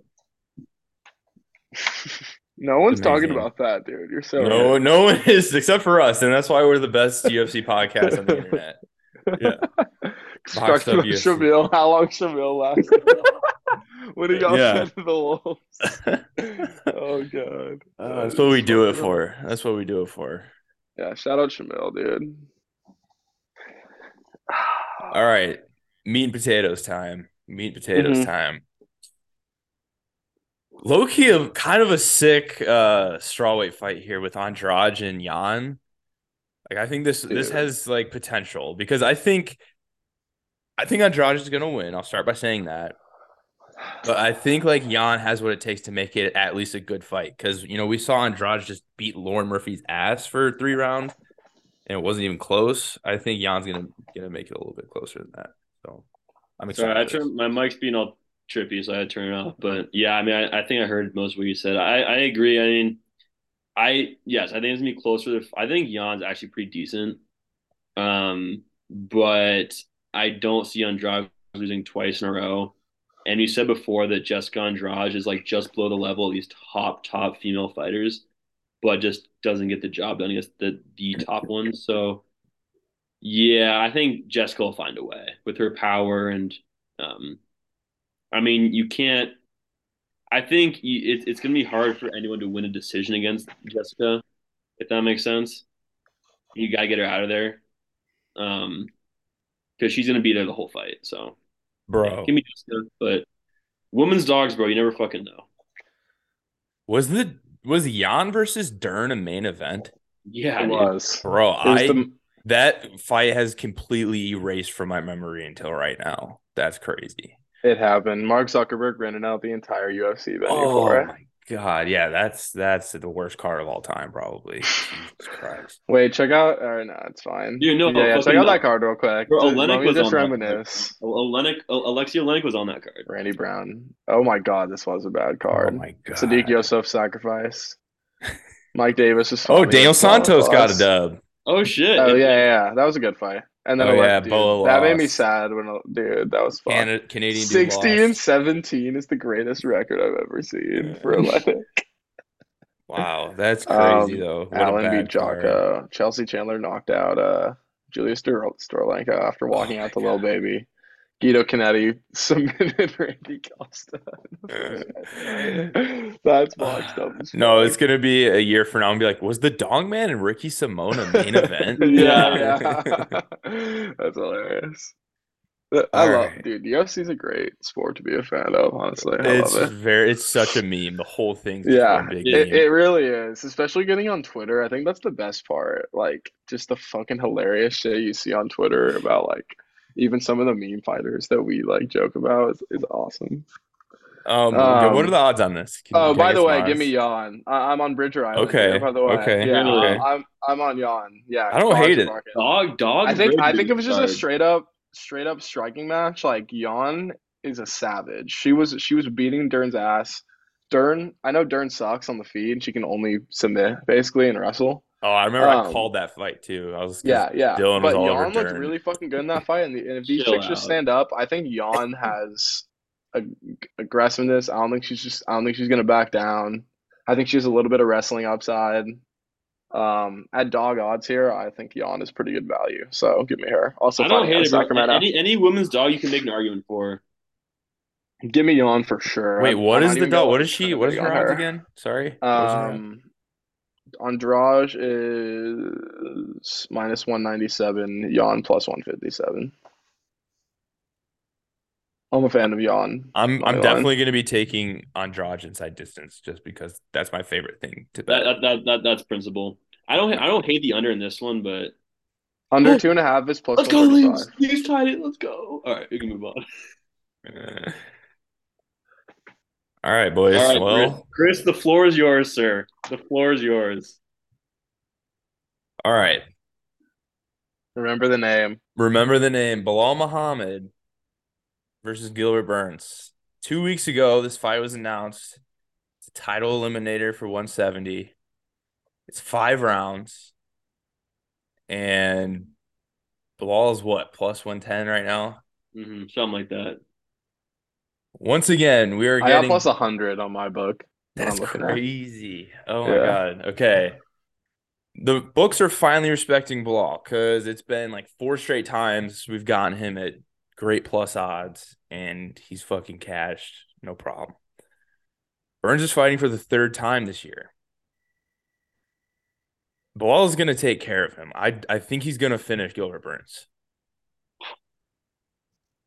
C: No one's talking
A: Amazing.
C: about that, dude. You're so
A: no,
C: right.
A: no one is except for us, and that's why we're the best UFC podcast on the internet.
C: Talking
A: up
C: about
A: UFC.
C: Shamil, how long Shamil lasted? when he got
B: Yeah.
C: sent to the wolves. oh god.
A: Uh, that's what we do it for. That's what we do it for.
C: Yeah, shout out Shamil, dude.
A: All right, meat and potatoes time. Meat and potatoes
C: Mhm.
A: time. Low key, a- kind of a sick uh, strawweight fight here with Andrade and Jan. Like, I think this this
C: Dude.
A: has like potential because I think, I think Andrade is gonna win. I'll start by saying that, but I think like Jan has what it takes to make it at least a good fight because you know we saw Andrade just beat Lauren Murphy's ass for three rounds, and it wasn't even close. I think Jan's gonna gonna make it a little bit closer than that. So I'm excited.
B: Sorry, I
A: for this.
B: turned my mic's being all trippy, so I had to turn it off. But yeah, I mean, I, I think I heard most of what you said. I, I agree. I mean, I yes, I think it's gonna be closer. To, I think Jan's actually pretty decent, um, but I don't see Andrade losing twice in a row. And you said before that Jessica Andrade is like just below the level of these top top female fighters, but just doesn't get the job done against the the top ones. So yeah, I think Jessica will find a way with her power and um, I mean you can't. I think you, it, it's going to be hard for anyone to win a decision against Jessica, if that makes sense. You got to get her out of there, um, because she's going to be there the whole fight.
A: Oh.
B: So
G: bro.
B: Give me Jessica, but women's dogs, bro. You never fucking know.
A: Was the was Jan versus Dern a main event?
B: Yeah,
C: It
B: dude.
C: was.
A: Bro,
C: It was
A: I
C: the-
A: that fight has completely erased from my memory until right now. That's crazy.
C: it happened. Mark Zuckerberg rented out the entire UFC venue
A: Oh
C: for it.
A: my god, yeah, that's that's the worst card of all time, probably. Jesus Christ.
C: Wait, check out. Or no, it's fine.
B: Dude, no,
C: yeah, yeah,
B: fucking
C: check out
B: no.
C: that card real quick.
B: Bro,
C: Just-
B: Olenek
C: let me
B: was
C: just
B: on that
C: reminisce.
B: Olenek, Alexia Olenek was on that card.
C: Randy Brown. Oh my God, this was a bad
A: Oh
C: card.
A: my god.
C: Sadiq Yosef sacrifice. Mike Davis is.
A: Oh,
C: funny
A: Daniel
C: as hell,
A: Santos got a
C: boss.
A: dub.
B: Oh shit!
C: Oh yeah, yeah, yeah, that was a good fight. And then
A: Oh,
C: a left,
A: yeah,
C: dude.
A: Boa
C: that made me
A: lost.
C: sad when a- dude that was fun.
A: Cana- Canadian dude
C: Sixty and
A: lost.
C: seventeen is the greatest record I've ever seen for Atlantic.
A: Wow, that's
C: Um,
A: crazy though. What a
C: Allen
A: bad
C: beat
A: card.
C: Jocko. Chelsea Chandler knocked out uh, Julia Stor- Storlenko uh, after walking
A: Oh my
C: out the little baby. Guido Canetti submitted Randy Costa. in the first round. That's boxed up. as
A: No,
C: fuck.
A: it's gonna be a year from now and be like, was the Dong Man and Ricky Simone a main event?
C: Yeah, yeah. That's hilarious. But I
A: All
C: love,
A: right.
C: dude. The UFC's a great sport to be a fan of. Honestly, I
A: it's
C: love it.
A: very it's such a meme. The whole thing's just
C: Yeah,
A: one big
C: It,
A: meme.
C: it really is, especially getting on Twitter. I think that's the best part. Like, just the fucking hilarious shit you see on Twitter about like even some of the meme fighters that we like joke about is, is awesome.
A: um,
C: um,
A: what are the odds on this? Can-
C: Oh,
A: can I
C: by
A: get
C: the
A: some
C: way,
A: odds?
C: give me Yawn. I, I'm on Bridger Island.
A: Okay,
C: here, by the way,
A: okay,
C: yeah,
B: okay.
C: I'm, I'm I'm on Yawn. Yeah,
A: I don't hate
C: Dodge
A: it.
C: Market.
B: Dog, dog.
C: I think I think it was just a
B: straight.
C: straight up straight up striking match. Like Yon is a savage. She was she was beating Dern's ass. Dern, I know Dern sucks on the feed. She can only submit basically and wrestle.
A: Oh, I remember
C: um,
A: I called that fight too. I was 'cause
C: Yeah, yeah.
A: Dylan was
C: but
A: all over
C: Yon looked
A: Dern.
C: really fucking good in that fight. And, the, and if these
B: Chill
C: chicks just
B: out.
C: stand up, I think Yon has ag- aggressiveness. I don't think she's just. I don't think she's gonna back down. I think she has a little bit of wrestling upside. Um, at dog odds here, I think Yon is pretty good value. So give me her. Also,
B: I don't
C: fighting out
B: hate
C: of
B: it. Bro.
C: Sacramento.
B: Any any women's dog you can make an argument for.
C: Give me Yon for sure.
A: Wait, what is
C: I'm not
A: the
C: even gonna
A: dog? What
C: look
A: is she?
C: for
A: What is her
C: anything on
A: odds
C: her.
A: again? Sorry. What is her odds?
C: Um, Andrage is minus 197, Yon plus 157. I'm a fan of Yon.
A: I'm
C: my
A: I'm
C: line.
A: definitely gonna be taking Andrade inside distance just because that's my favorite thing to
B: That
A: bet.
B: that, that, that that's principle. I don't I don't hate the under in this one, but
C: Under
B: Oh,
C: two and a half is plus
B: let's go, Leaves.
C: 135.
B: Leaves tied it. Let's go. All right, we can move on.
A: Uh, All right, boys.
B: All right,
A: well,
B: Chris, Chris, the floor is yours, sir. The floor is yours.
A: all right.
C: Remember the name.
A: Remember the name Bilal Muhammad versus Gilbert Burns. Two weeks ago, this fight was announced. It's a title eliminator for 170. It's five rounds. And Bilal is what? Plus 110 right now?
B: hmm something like that.
A: Once again, we are
C: I got
A: getting.
C: plus 100 on my book. what I'm
A: That's
C: looking at.
A: crazy. Oh my
C: Yeah.
A: god. Okay. The books are finally respecting Bilal because it's been like four straight times we've gotten him at great plus odds, and he's fucking cashed. No problem. Burns is fighting for the third time this year. Bilal is gonna take care of him. I I think he's gonna finish Gilbert Burns.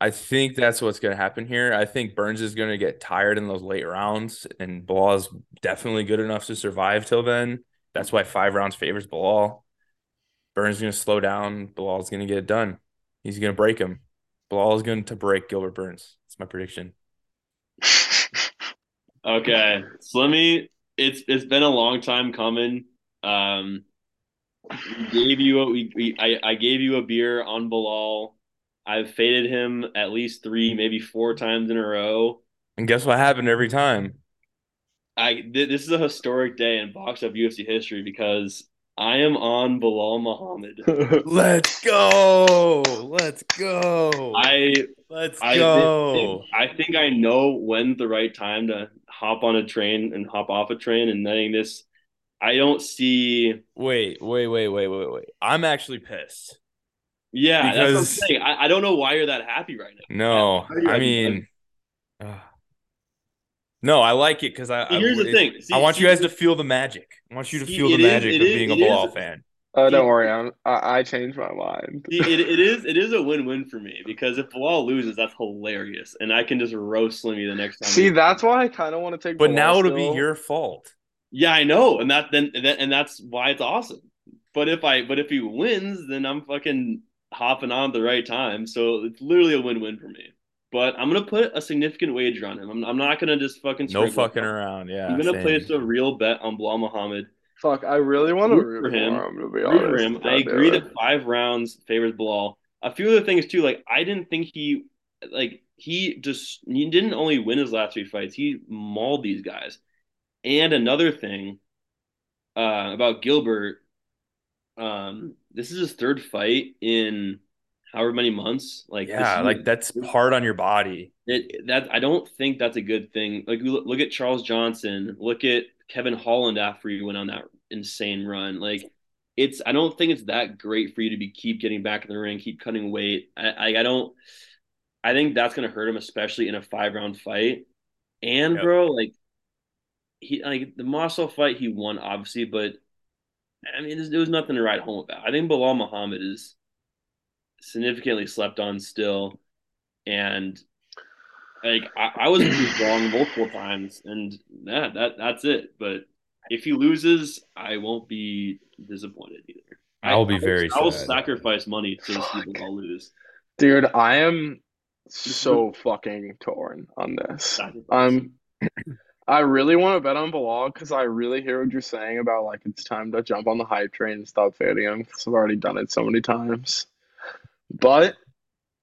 A: I think that's what's gonna happen here. I think Burns is gonna get tired in those late rounds, and Bilal is definitely good enough to survive till then. That's why five rounds favors Bilal. Burns is gonna slow down. Bilal's gonna get it done. He's gonna break him. Bilal is going to break Gilbert Burns. That's my prediction.
B: Okay, so let me. It's it's been a long time coming. Um, we gave you a, we, we I I gave you a beer on Bilal. I've faded him at least three, maybe four times in a row.
A: And guess what happened every time?
B: I th- this is a historic day in box of UFC history because I am on
C: Uh,
B: Bilal Muhammad.
A: Let's go. Let's go.
B: I
A: Let's
B: I,
A: go.
B: thi- I think I know when's the right time to hop on a train and hop off a train. And knowing this, I don't see.
A: Wait, wait, wait, wait, wait, wait. I'm actually pissed.
B: Yeah, that's what I'm
A: Because-
B: saying. I, I don't know why you're that happy right now.
A: No,
B: Yeah, I-
A: I mean, ah. no, I like it because I.
B: See,
A: I
B: here's the
A: it-
B: thing.
A: I
B: See-
A: want you
B: see-
A: guys to feel the magic. I want you to
B: See,
A: feel the
B: it is-
A: magic
B: it
A: of
B: is-
A: being a
B: it is-
A: Bilal fan.
C: Oh, don't worry. I'm, I I changed my mind.
B: See, it, it is it is a win win for me because if Bilal loses, that's hilarious, and I can just roast Slimmy the next time.
C: See, that's why I kind of want to take.
A: But
C: Bilal
A: now it'll
C: still.
A: be your fault.
B: yeah, I know, and that then and that- and that's why it's awesome. But if I but if he wins, then I'm fucking hopping on at the right time. So it's literally a win win for me. But I'm gonna put a significant wager on him. I'm, I'm not gonna just fucking
A: No
B: sprinkle.
A: fucking around. Yeah.
B: I'm gonna
A: same.
B: place a real bet on Bilal Muhammad.
C: Fuck, I really want to
B: Root
C: root
B: for him.
C: for him. To be
B: Root
C: honest,
B: for him.
C: if
B: I
C: do
B: agree
C: it.
B: that five rounds favors Bilal. A few other things too. Like I didn't think he like he just he didn't only win his last three fights. He mauled these guys. And another thing uh, about Gilbert, um, this is his third fight in however many months. Like this
A: Yeah,
B: is-
A: like that's hard on your body.
B: it, that I don't think that's a good thing. Like you look, look at Charles Johnson, look at Kevin Holland after he went on that insane run. Like it's I don't think it's that great for you to be keep getting back in the ring, keep cutting weight. I I, I don't I think that's gonna hurt him, especially in a five round fight. And
A: Yep.
B: bro, like he like the Marcel fight he won obviously, but I mean there's- there was nothing to write home about. I think Bilal Muhammad is significantly slept on still, and like I, I was proved wrong multiple times, and that that that's it. But if he loses, I won't be disappointed either. I-
A: I'll be
B: I will-
A: very
B: I will
A: sad.
B: sacrifice money to see
C: Fuck.
B: Bilal lose.
C: dude, I am
B: Mm-hmm.
C: so fucking torn on this. I'm. I really want to bet on Bilal because I really hear what you're saying about like it's time to jump on the hype train and stop fading him because I've already done it so many times. But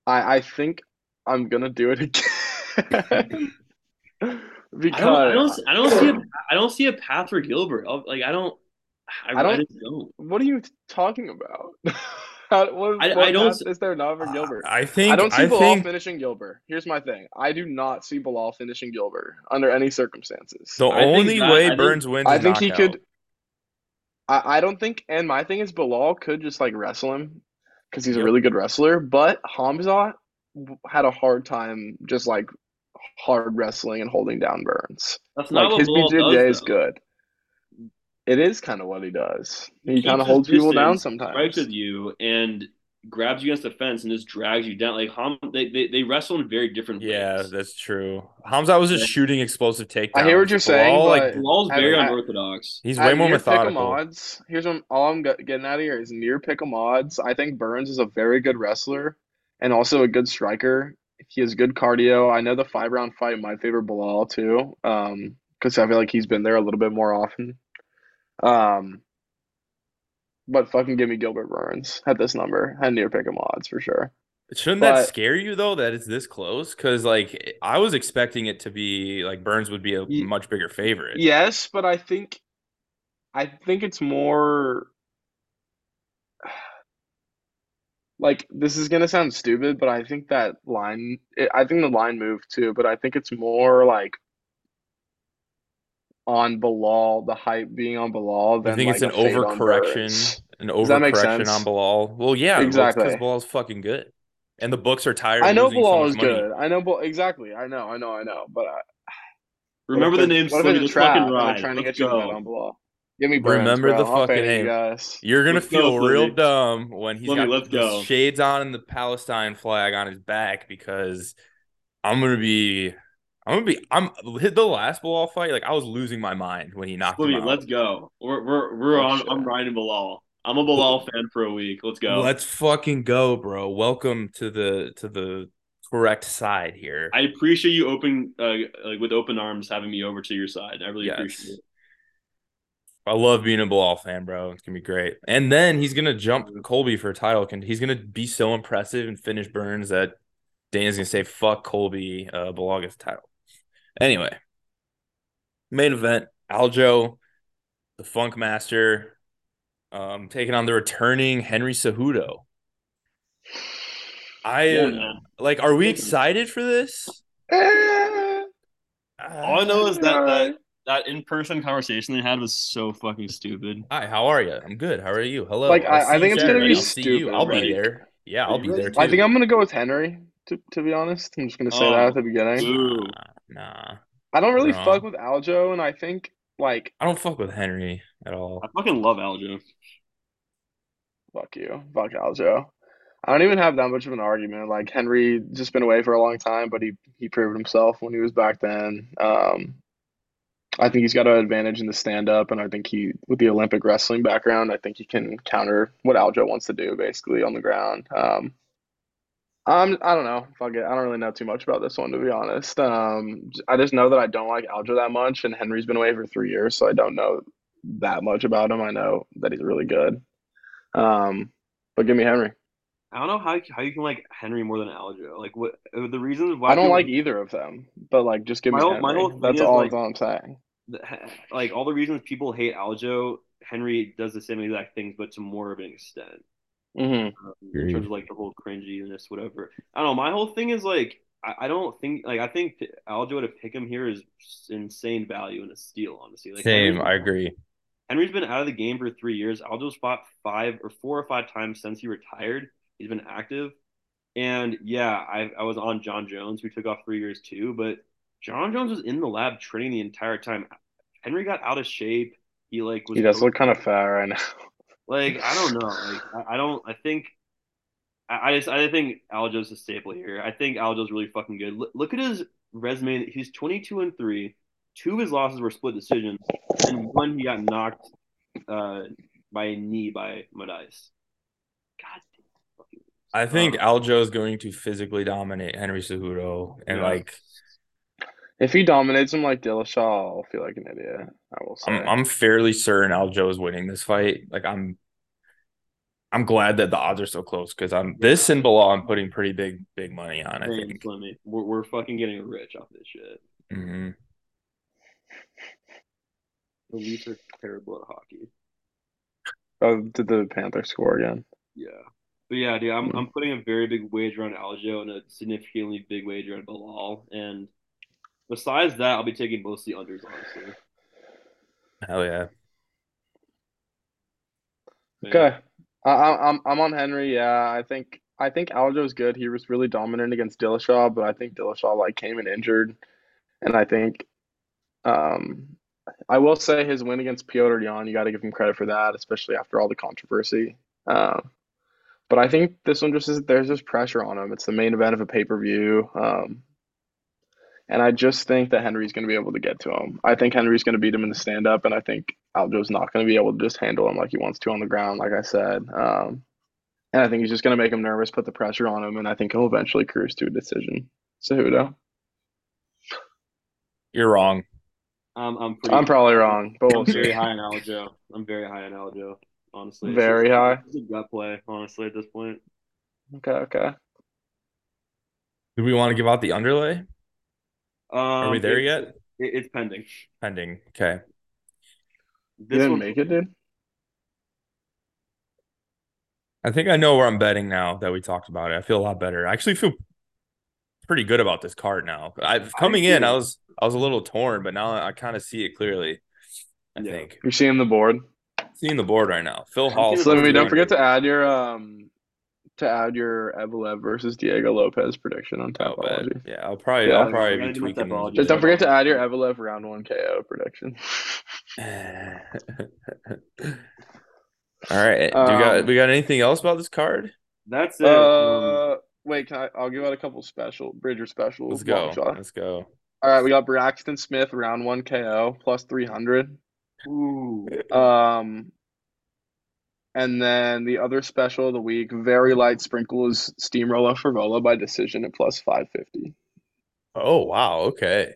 C: I I think I'm gonna do it again
B: I don't, I
C: because
B: don't, I don't see, a, I don't see a path for Gilbert. I'll- Like I don't, I,
C: I
B: I
C: don't-
B: just don't.
C: what are you talking about? How, what,
B: I- I
C: what
B: don't
C: path
B: s- Uh,
C: is there not for Gilbert?
A: I think.
C: I don't see
A: I
C: Bilal
A: think
C: finishing Gilbert. Here's my thing. I do not see Bilal finishing Gilbert under any circumstances.
A: the
B: I think
A: only
B: that- I
A: way
B: think-
A: Burns wins.
C: I
A: is
C: think he
A: knockout.
C: could. I, I don't think, and my thing is Bilal could just like wrestle him because he's a
A: Yep.
C: really good wrestler. But Hamzat w- had a hard time just like hard wrestling and holding down Burns.
B: That's not
C: Like
B: what
C: his
B: Bilal
C: BJJ
B: does,
C: is
B: though.
C: good. It is kind of what he does. He,
B: keeps
C: kind of
B: his
C: holds people down
B: distance,
C: sometimes.
B: strikes with you and grabs you against the fence and just drags you down. Like Ham, they they, they wrestle in very different
A: Yeah,
B: ways.
A: that's true. Hamza was just
B: Yeah.
A: shooting explosive takedowns.
C: I hear what you're saying,
A: Bilal,
C: but-
B: Bilal's very
C: I- I-
B: unorthodox.
A: he's
C: At
A: way more
C: near pick'em
A: methodical.
C: odds, here's what I'm- all I'm go- getting out of here is near pick'em odds. I think Burns is a very good wrestler and also a good striker. He has good cardio. I know the five round fight might favor Bilal too, um, because I feel like he's been there a little bit more often. Um, but fucking give me Gilbert Burns at this number at near pick'em odds for sure.
A: Shouldn't
C: but-
A: that scare you though that it's this close? Because like I was expecting it to be like Burns would be a
C: Ye-
A: much bigger favorite.
C: Yes, but I think, I think it's more. Like this is gonna sound stupid, but I think that line, it, I think the line moved too, but I think it's more like on Bilal, the hype being on Bilal
A: I
C: than
A: think it's an
C: like a fade on
A: overcorrection,
C: Burns.
A: an
C: that make
A: overcorrection
C: sense?
A: on Bilal. Well, yeah,
C: Exactly.
A: because Bilal's fucking good, and the books are tired.
C: I
A: of
C: know
A: losing so
C: Bilal
A: much
C: is
A: money.
C: good. I know, Bal- exactly. I know, I know, I know. But I,
B: Remember
C: what
B: the
C: if it-
B: name
C: what if
B: Slimmy.
C: it's
B: Let's
C: a trap
B: fucking
C: and
B: ride.
C: I'm trying to
B: Let's
C: get you to bet
B: go.
C: on Bilal? Give me Burns,
A: Remember the
C: bro. I'm
A: fucking
C: fading you
A: name.
C: guys.
A: You're gonna
B: Let's
A: feel
B: go,
A: real
B: Felipe.
A: dumb when he's
B: Felipe,
A: got
B: let's
A: the
B: go.
A: shades on and the Palestine flag on his back because I'm gonna be. I'm gonna be. I'm hit the last Bilal fight. Like I was losing my mind when he knocked
B: Slimmy,
A: him out.
B: let's go. We're we're we're
C: Oh,
B: on.
C: shit.
B: I'm riding Bilal. I'm a Bilal fan for a week. Let's go.
A: Let's fucking go, bro. Welcome to the to the correct side here.
B: I appreciate you open uh, like with open arms having me over to your side. I really
A: Yes.
B: appreciate it.
A: I love being a Bilal fan, bro. It's gonna be great. And then he's gonna jump
C: Mm-hmm.
A: Colby for a title. Can he's gonna be so impressive and finish Burns that Dana's gonna say fuck Colby, uh, Bilal gets the title. Anyway, main event: Aljo, the Funk Master, um, taking on the returning Henry Cejudo. I
B: Yeah,
A: am
B: man.
A: like, are
C: Mm-hmm.
A: we excited for this? Uh,
C: Eh,
B: All I know is that
C: alright.
B: that, that in person conversation they had was so fucking stupid.
A: Hi, how are you? I'm good. How are you? Hello.
C: Like,
A: I'll
C: I- I
A: see
C: think
A: you
C: it's gonna
A: Saturday.
C: be
A: I'll see you.
C: stupid,
A: I'll be
B: right?
A: there. Yeah, I'll be there too.
C: I think I'm gonna go with Henry. To, to be honest, I'm just gonna say
B: Oh.
C: that at the beginning.
B: Ooh.
A: Nah,
C: I don't really
A: Wrong.
C: fuck with Aljo, and I think like
A: I don't fuck with Henry at all.
B: I fucking love Aljo.
C: fuck you, fuck Aljo. I don't even have that much of an argument. Like Henry just been away for a long time, but he he proved himself when he was back then. Um, I think he's got an advantage in the stand up, and I think he with the Olympic wrestling background, I think he can counter what Aljo wants to do basically on the ground. Um, I'm I don't know. Fuck it. I don't really know too much about this one to be honest. Um, j- I just know that I don't like Aljo that much, and Henry's been away for three years, so I don't know that much about him. I know that he's really good. Um, but give me Henry.
B: I don't know how how you can like Henry more than Aljo. Like what uh, the reasons why
C: I don't
B: people-
C: like either of them, but like just give me
B: My whole- my
C: Henry.
B: whole thing
C: That's
B: is,
C: all
B: like-
C: that's all I'm saying.
B: the- like all the reasons people hate Aljo. Henry does the same exact things, but to more of an extent. um,
C: Mm-hmm.
B: in terms of like the whole cringiness, whatever. I don't know. My whole thing is like I, I don't think like I think P- Aljo to pick him here is insane value and a steal, honestly. Like
A: Same,
B: Henry's-
A: I agree.
B: Henry's been out of the game for three years. Aljo's fought five or four or five times since he retired. He's been active, and yeah, I I was on John Jones who took off three years too, but John Jones was in the lab training the entire time. Henry got out of shape. He like was
C: He does
B: over-
C: look kind of fat right now.
B: like I don't know. Like I, I don't. I think. I, I just I think Aljo's a staple here. I think Aljo's really fucking good. Look, look at his resume. He's twenty two and three. Two of his losses were split decisions, and one he got knocked uh, by a knee by Madais. God. damn fucking-
A: I think
B: Um,
A: Aljo is going to physically dominate Henry Cejudo, and
B: Yeah.
A: like
C: If he dominates him like Dillashaw, I'll feel like an idiot. I will say.
A: I'm, I'm fairly certain Aljo is winning this fight. Like I'm, I'm glad that the odds are so close because I'm this and Bilal. I'm putting pretty big, big money on. I
B: man,
A: think.
B: Fleming, we're, we're fucking getting rich off this shit.
A: hmm
B: The Leafs are terrible at hockey.
C: oh, did the Panther score again?
B: Yeah. But yeah, dude,
C: Hmm.
B: I'm I'm putting a very big wager on Aljo and a significantly big wager on Bilal. And besides that, I'll be taking mostly unders, honestly.
A: Hell yeah.
C: Okay. I, I, I'm I'm on Henry. Yeah, I think I think Aljo's good. He was really dominant against Dillashaw, but I think Dillashaw like came in injured, and I think, um, I will say his win against Piotr Jan, you got to give him credit for that, especially after all the controversy. Um, but I think this one just is there's just pressure on him. It's the main event of a pay per view. Um, and I just think that Henry's going to be able to get to him. I think Henry's going to beat him in the stand up, and I think Aljo's not going to be able to just handle him like he wants to on the ground, like I said. Um, and I think he's just going to make him nervous, put the pressure on him, and I think he'll eventually cruise to a decision. Cejudo.
A: You're wrong.
B: I'm I'm pretty
C: I'm probably wrong, but we'll
B: I'm very
C: see.
B: high on Aljo. I'm very high on Aljo, honestly. It's
C: Very
B: just-
C: high.
B: It's a gut play, honestly, at this point.
C: Okay, okay.
A: Do we want to give out the underlay?
B: Um,
A: Are we there
B: it-
A: yet?
B: it- it's pending.
A: Pending. Okay.
C: You
B: This
C: didn't
B: one,
C: make it, dude?
A: I think I know where I'm betting now that we talked about it. I feel a lot better. I actually feel pretty good about this card now. I coming in, I
B: do.
A: was I was a little torn, but now I kind of see it clearly. I
B: Yeah.
A: think
C: You're seeing the board.
A: seeing the board right now. Phil
B: I'm
A: Hall.
B: seeing
C: So
B: the
A: plus
C: let me-
A: 200.
C: don't forget to add your um to add your Evelev versus Diego Lopez prediction on
A: Oh, bad.
C: Tapology.
A: Yeah, I'll probably
C: Yeah.
A: I'll probably
B: Gotta
A: be
B: do my
A: tweaking.
B: typology.
C: Just
B: Yeah.
C: don't forget to add your Evelev round one KO prediction.
A: All right. Do we got
C: Um,
A: we got anything else about this card?
B: That's it. Um,
C: Uh, wait, can I? I'll give out a couple special Bridger specials.
A: Let's go.
C: long shot.
A: Let's go.
C: All right, we got Braxton Smith round one KO plus three hundred.
B: ooh,
C: Um, and then the other special of the week, very light sprinkle is Steamroller Favola by decision at plus five fifty.
A: Oh wow. Okay.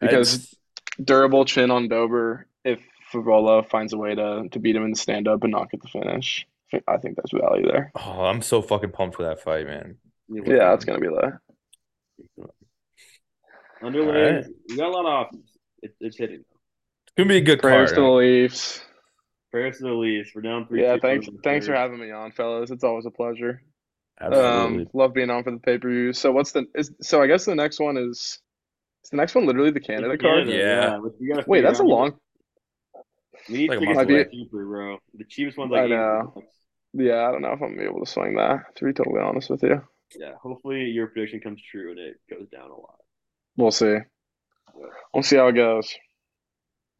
C: Because-
A: That's-
C: Durable chin on Dober if Favola finds a way to to beat him in the stand up and not get the finish. I think- I think that's value there.
A: oh, I'm so fucking pumped for that fight, man.
C: Yeah, it's gonna be low.
B: underlay.
A: Alright.
B: We got a lot of options. It, it's hitting.
A: It's gonna be a good
C: Prayers
A: card. eh?
C: to the Leafs.
B: Prayers to the Leafs. We're down three.
C: Yeah, thanks thanks for having me on, fellas. It's always a pleasure. Um, love being on for the pay per view. So what's the? Is, so I guess the next one is. Is the next one literally the Canada card?
A: Yeah.
H: which we gotta
C: Wait,
H: figure
C: that's a
H: out.
C: long.
B: We need
A: Like a
B: to get
C: month
B: to
C: away.
B: that cheaper, bro. The cheapest one's
C: I
B: like
C: know.
B: 80 bucks.
C: Yeah, I don't know if I'm gonna be able to swing that. To be totally honest with you,
B: Yeah, hopefully your prediction comes true and it goes down a lot.
C: we'll see. We'll see how it goes.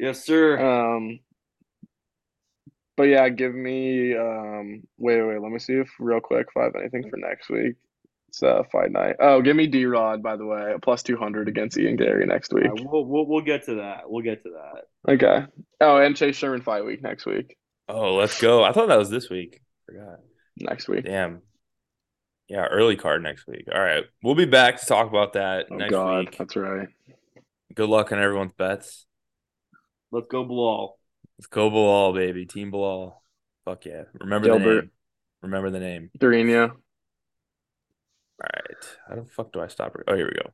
B: Yes, sir.
C: Um, but yeah, give me. Um, wait, wait, let me see if real quick if I have anything for next week. It's uh, fight night. Oh, give me D Rod by the way, plus two hundred against Ian Gary next week.
B: Uh, we'll, we'll we'll get to that. We'll get to that.
C: Okay. Oh, and Chase Sherman fight week next week.
A: Oh, let's go. I thought that was this week. Forgot.
C: Next week.
A: Damn. Yeah, early card next week. All right. We'll be back to talk about that
C: Oh
A: next
C: God,
A: week.
C: that's right.
A: Good luck on everyone's bets.
B: Let's go, Blal.
A: Let's go Bilal, baby. Team Bilal. Fuck yeah. Remember the
C: Gilbert.
A: name. Remember the name.
C: Dorino.
A: All right. How the fuck do I stop? Re- oh, here we go.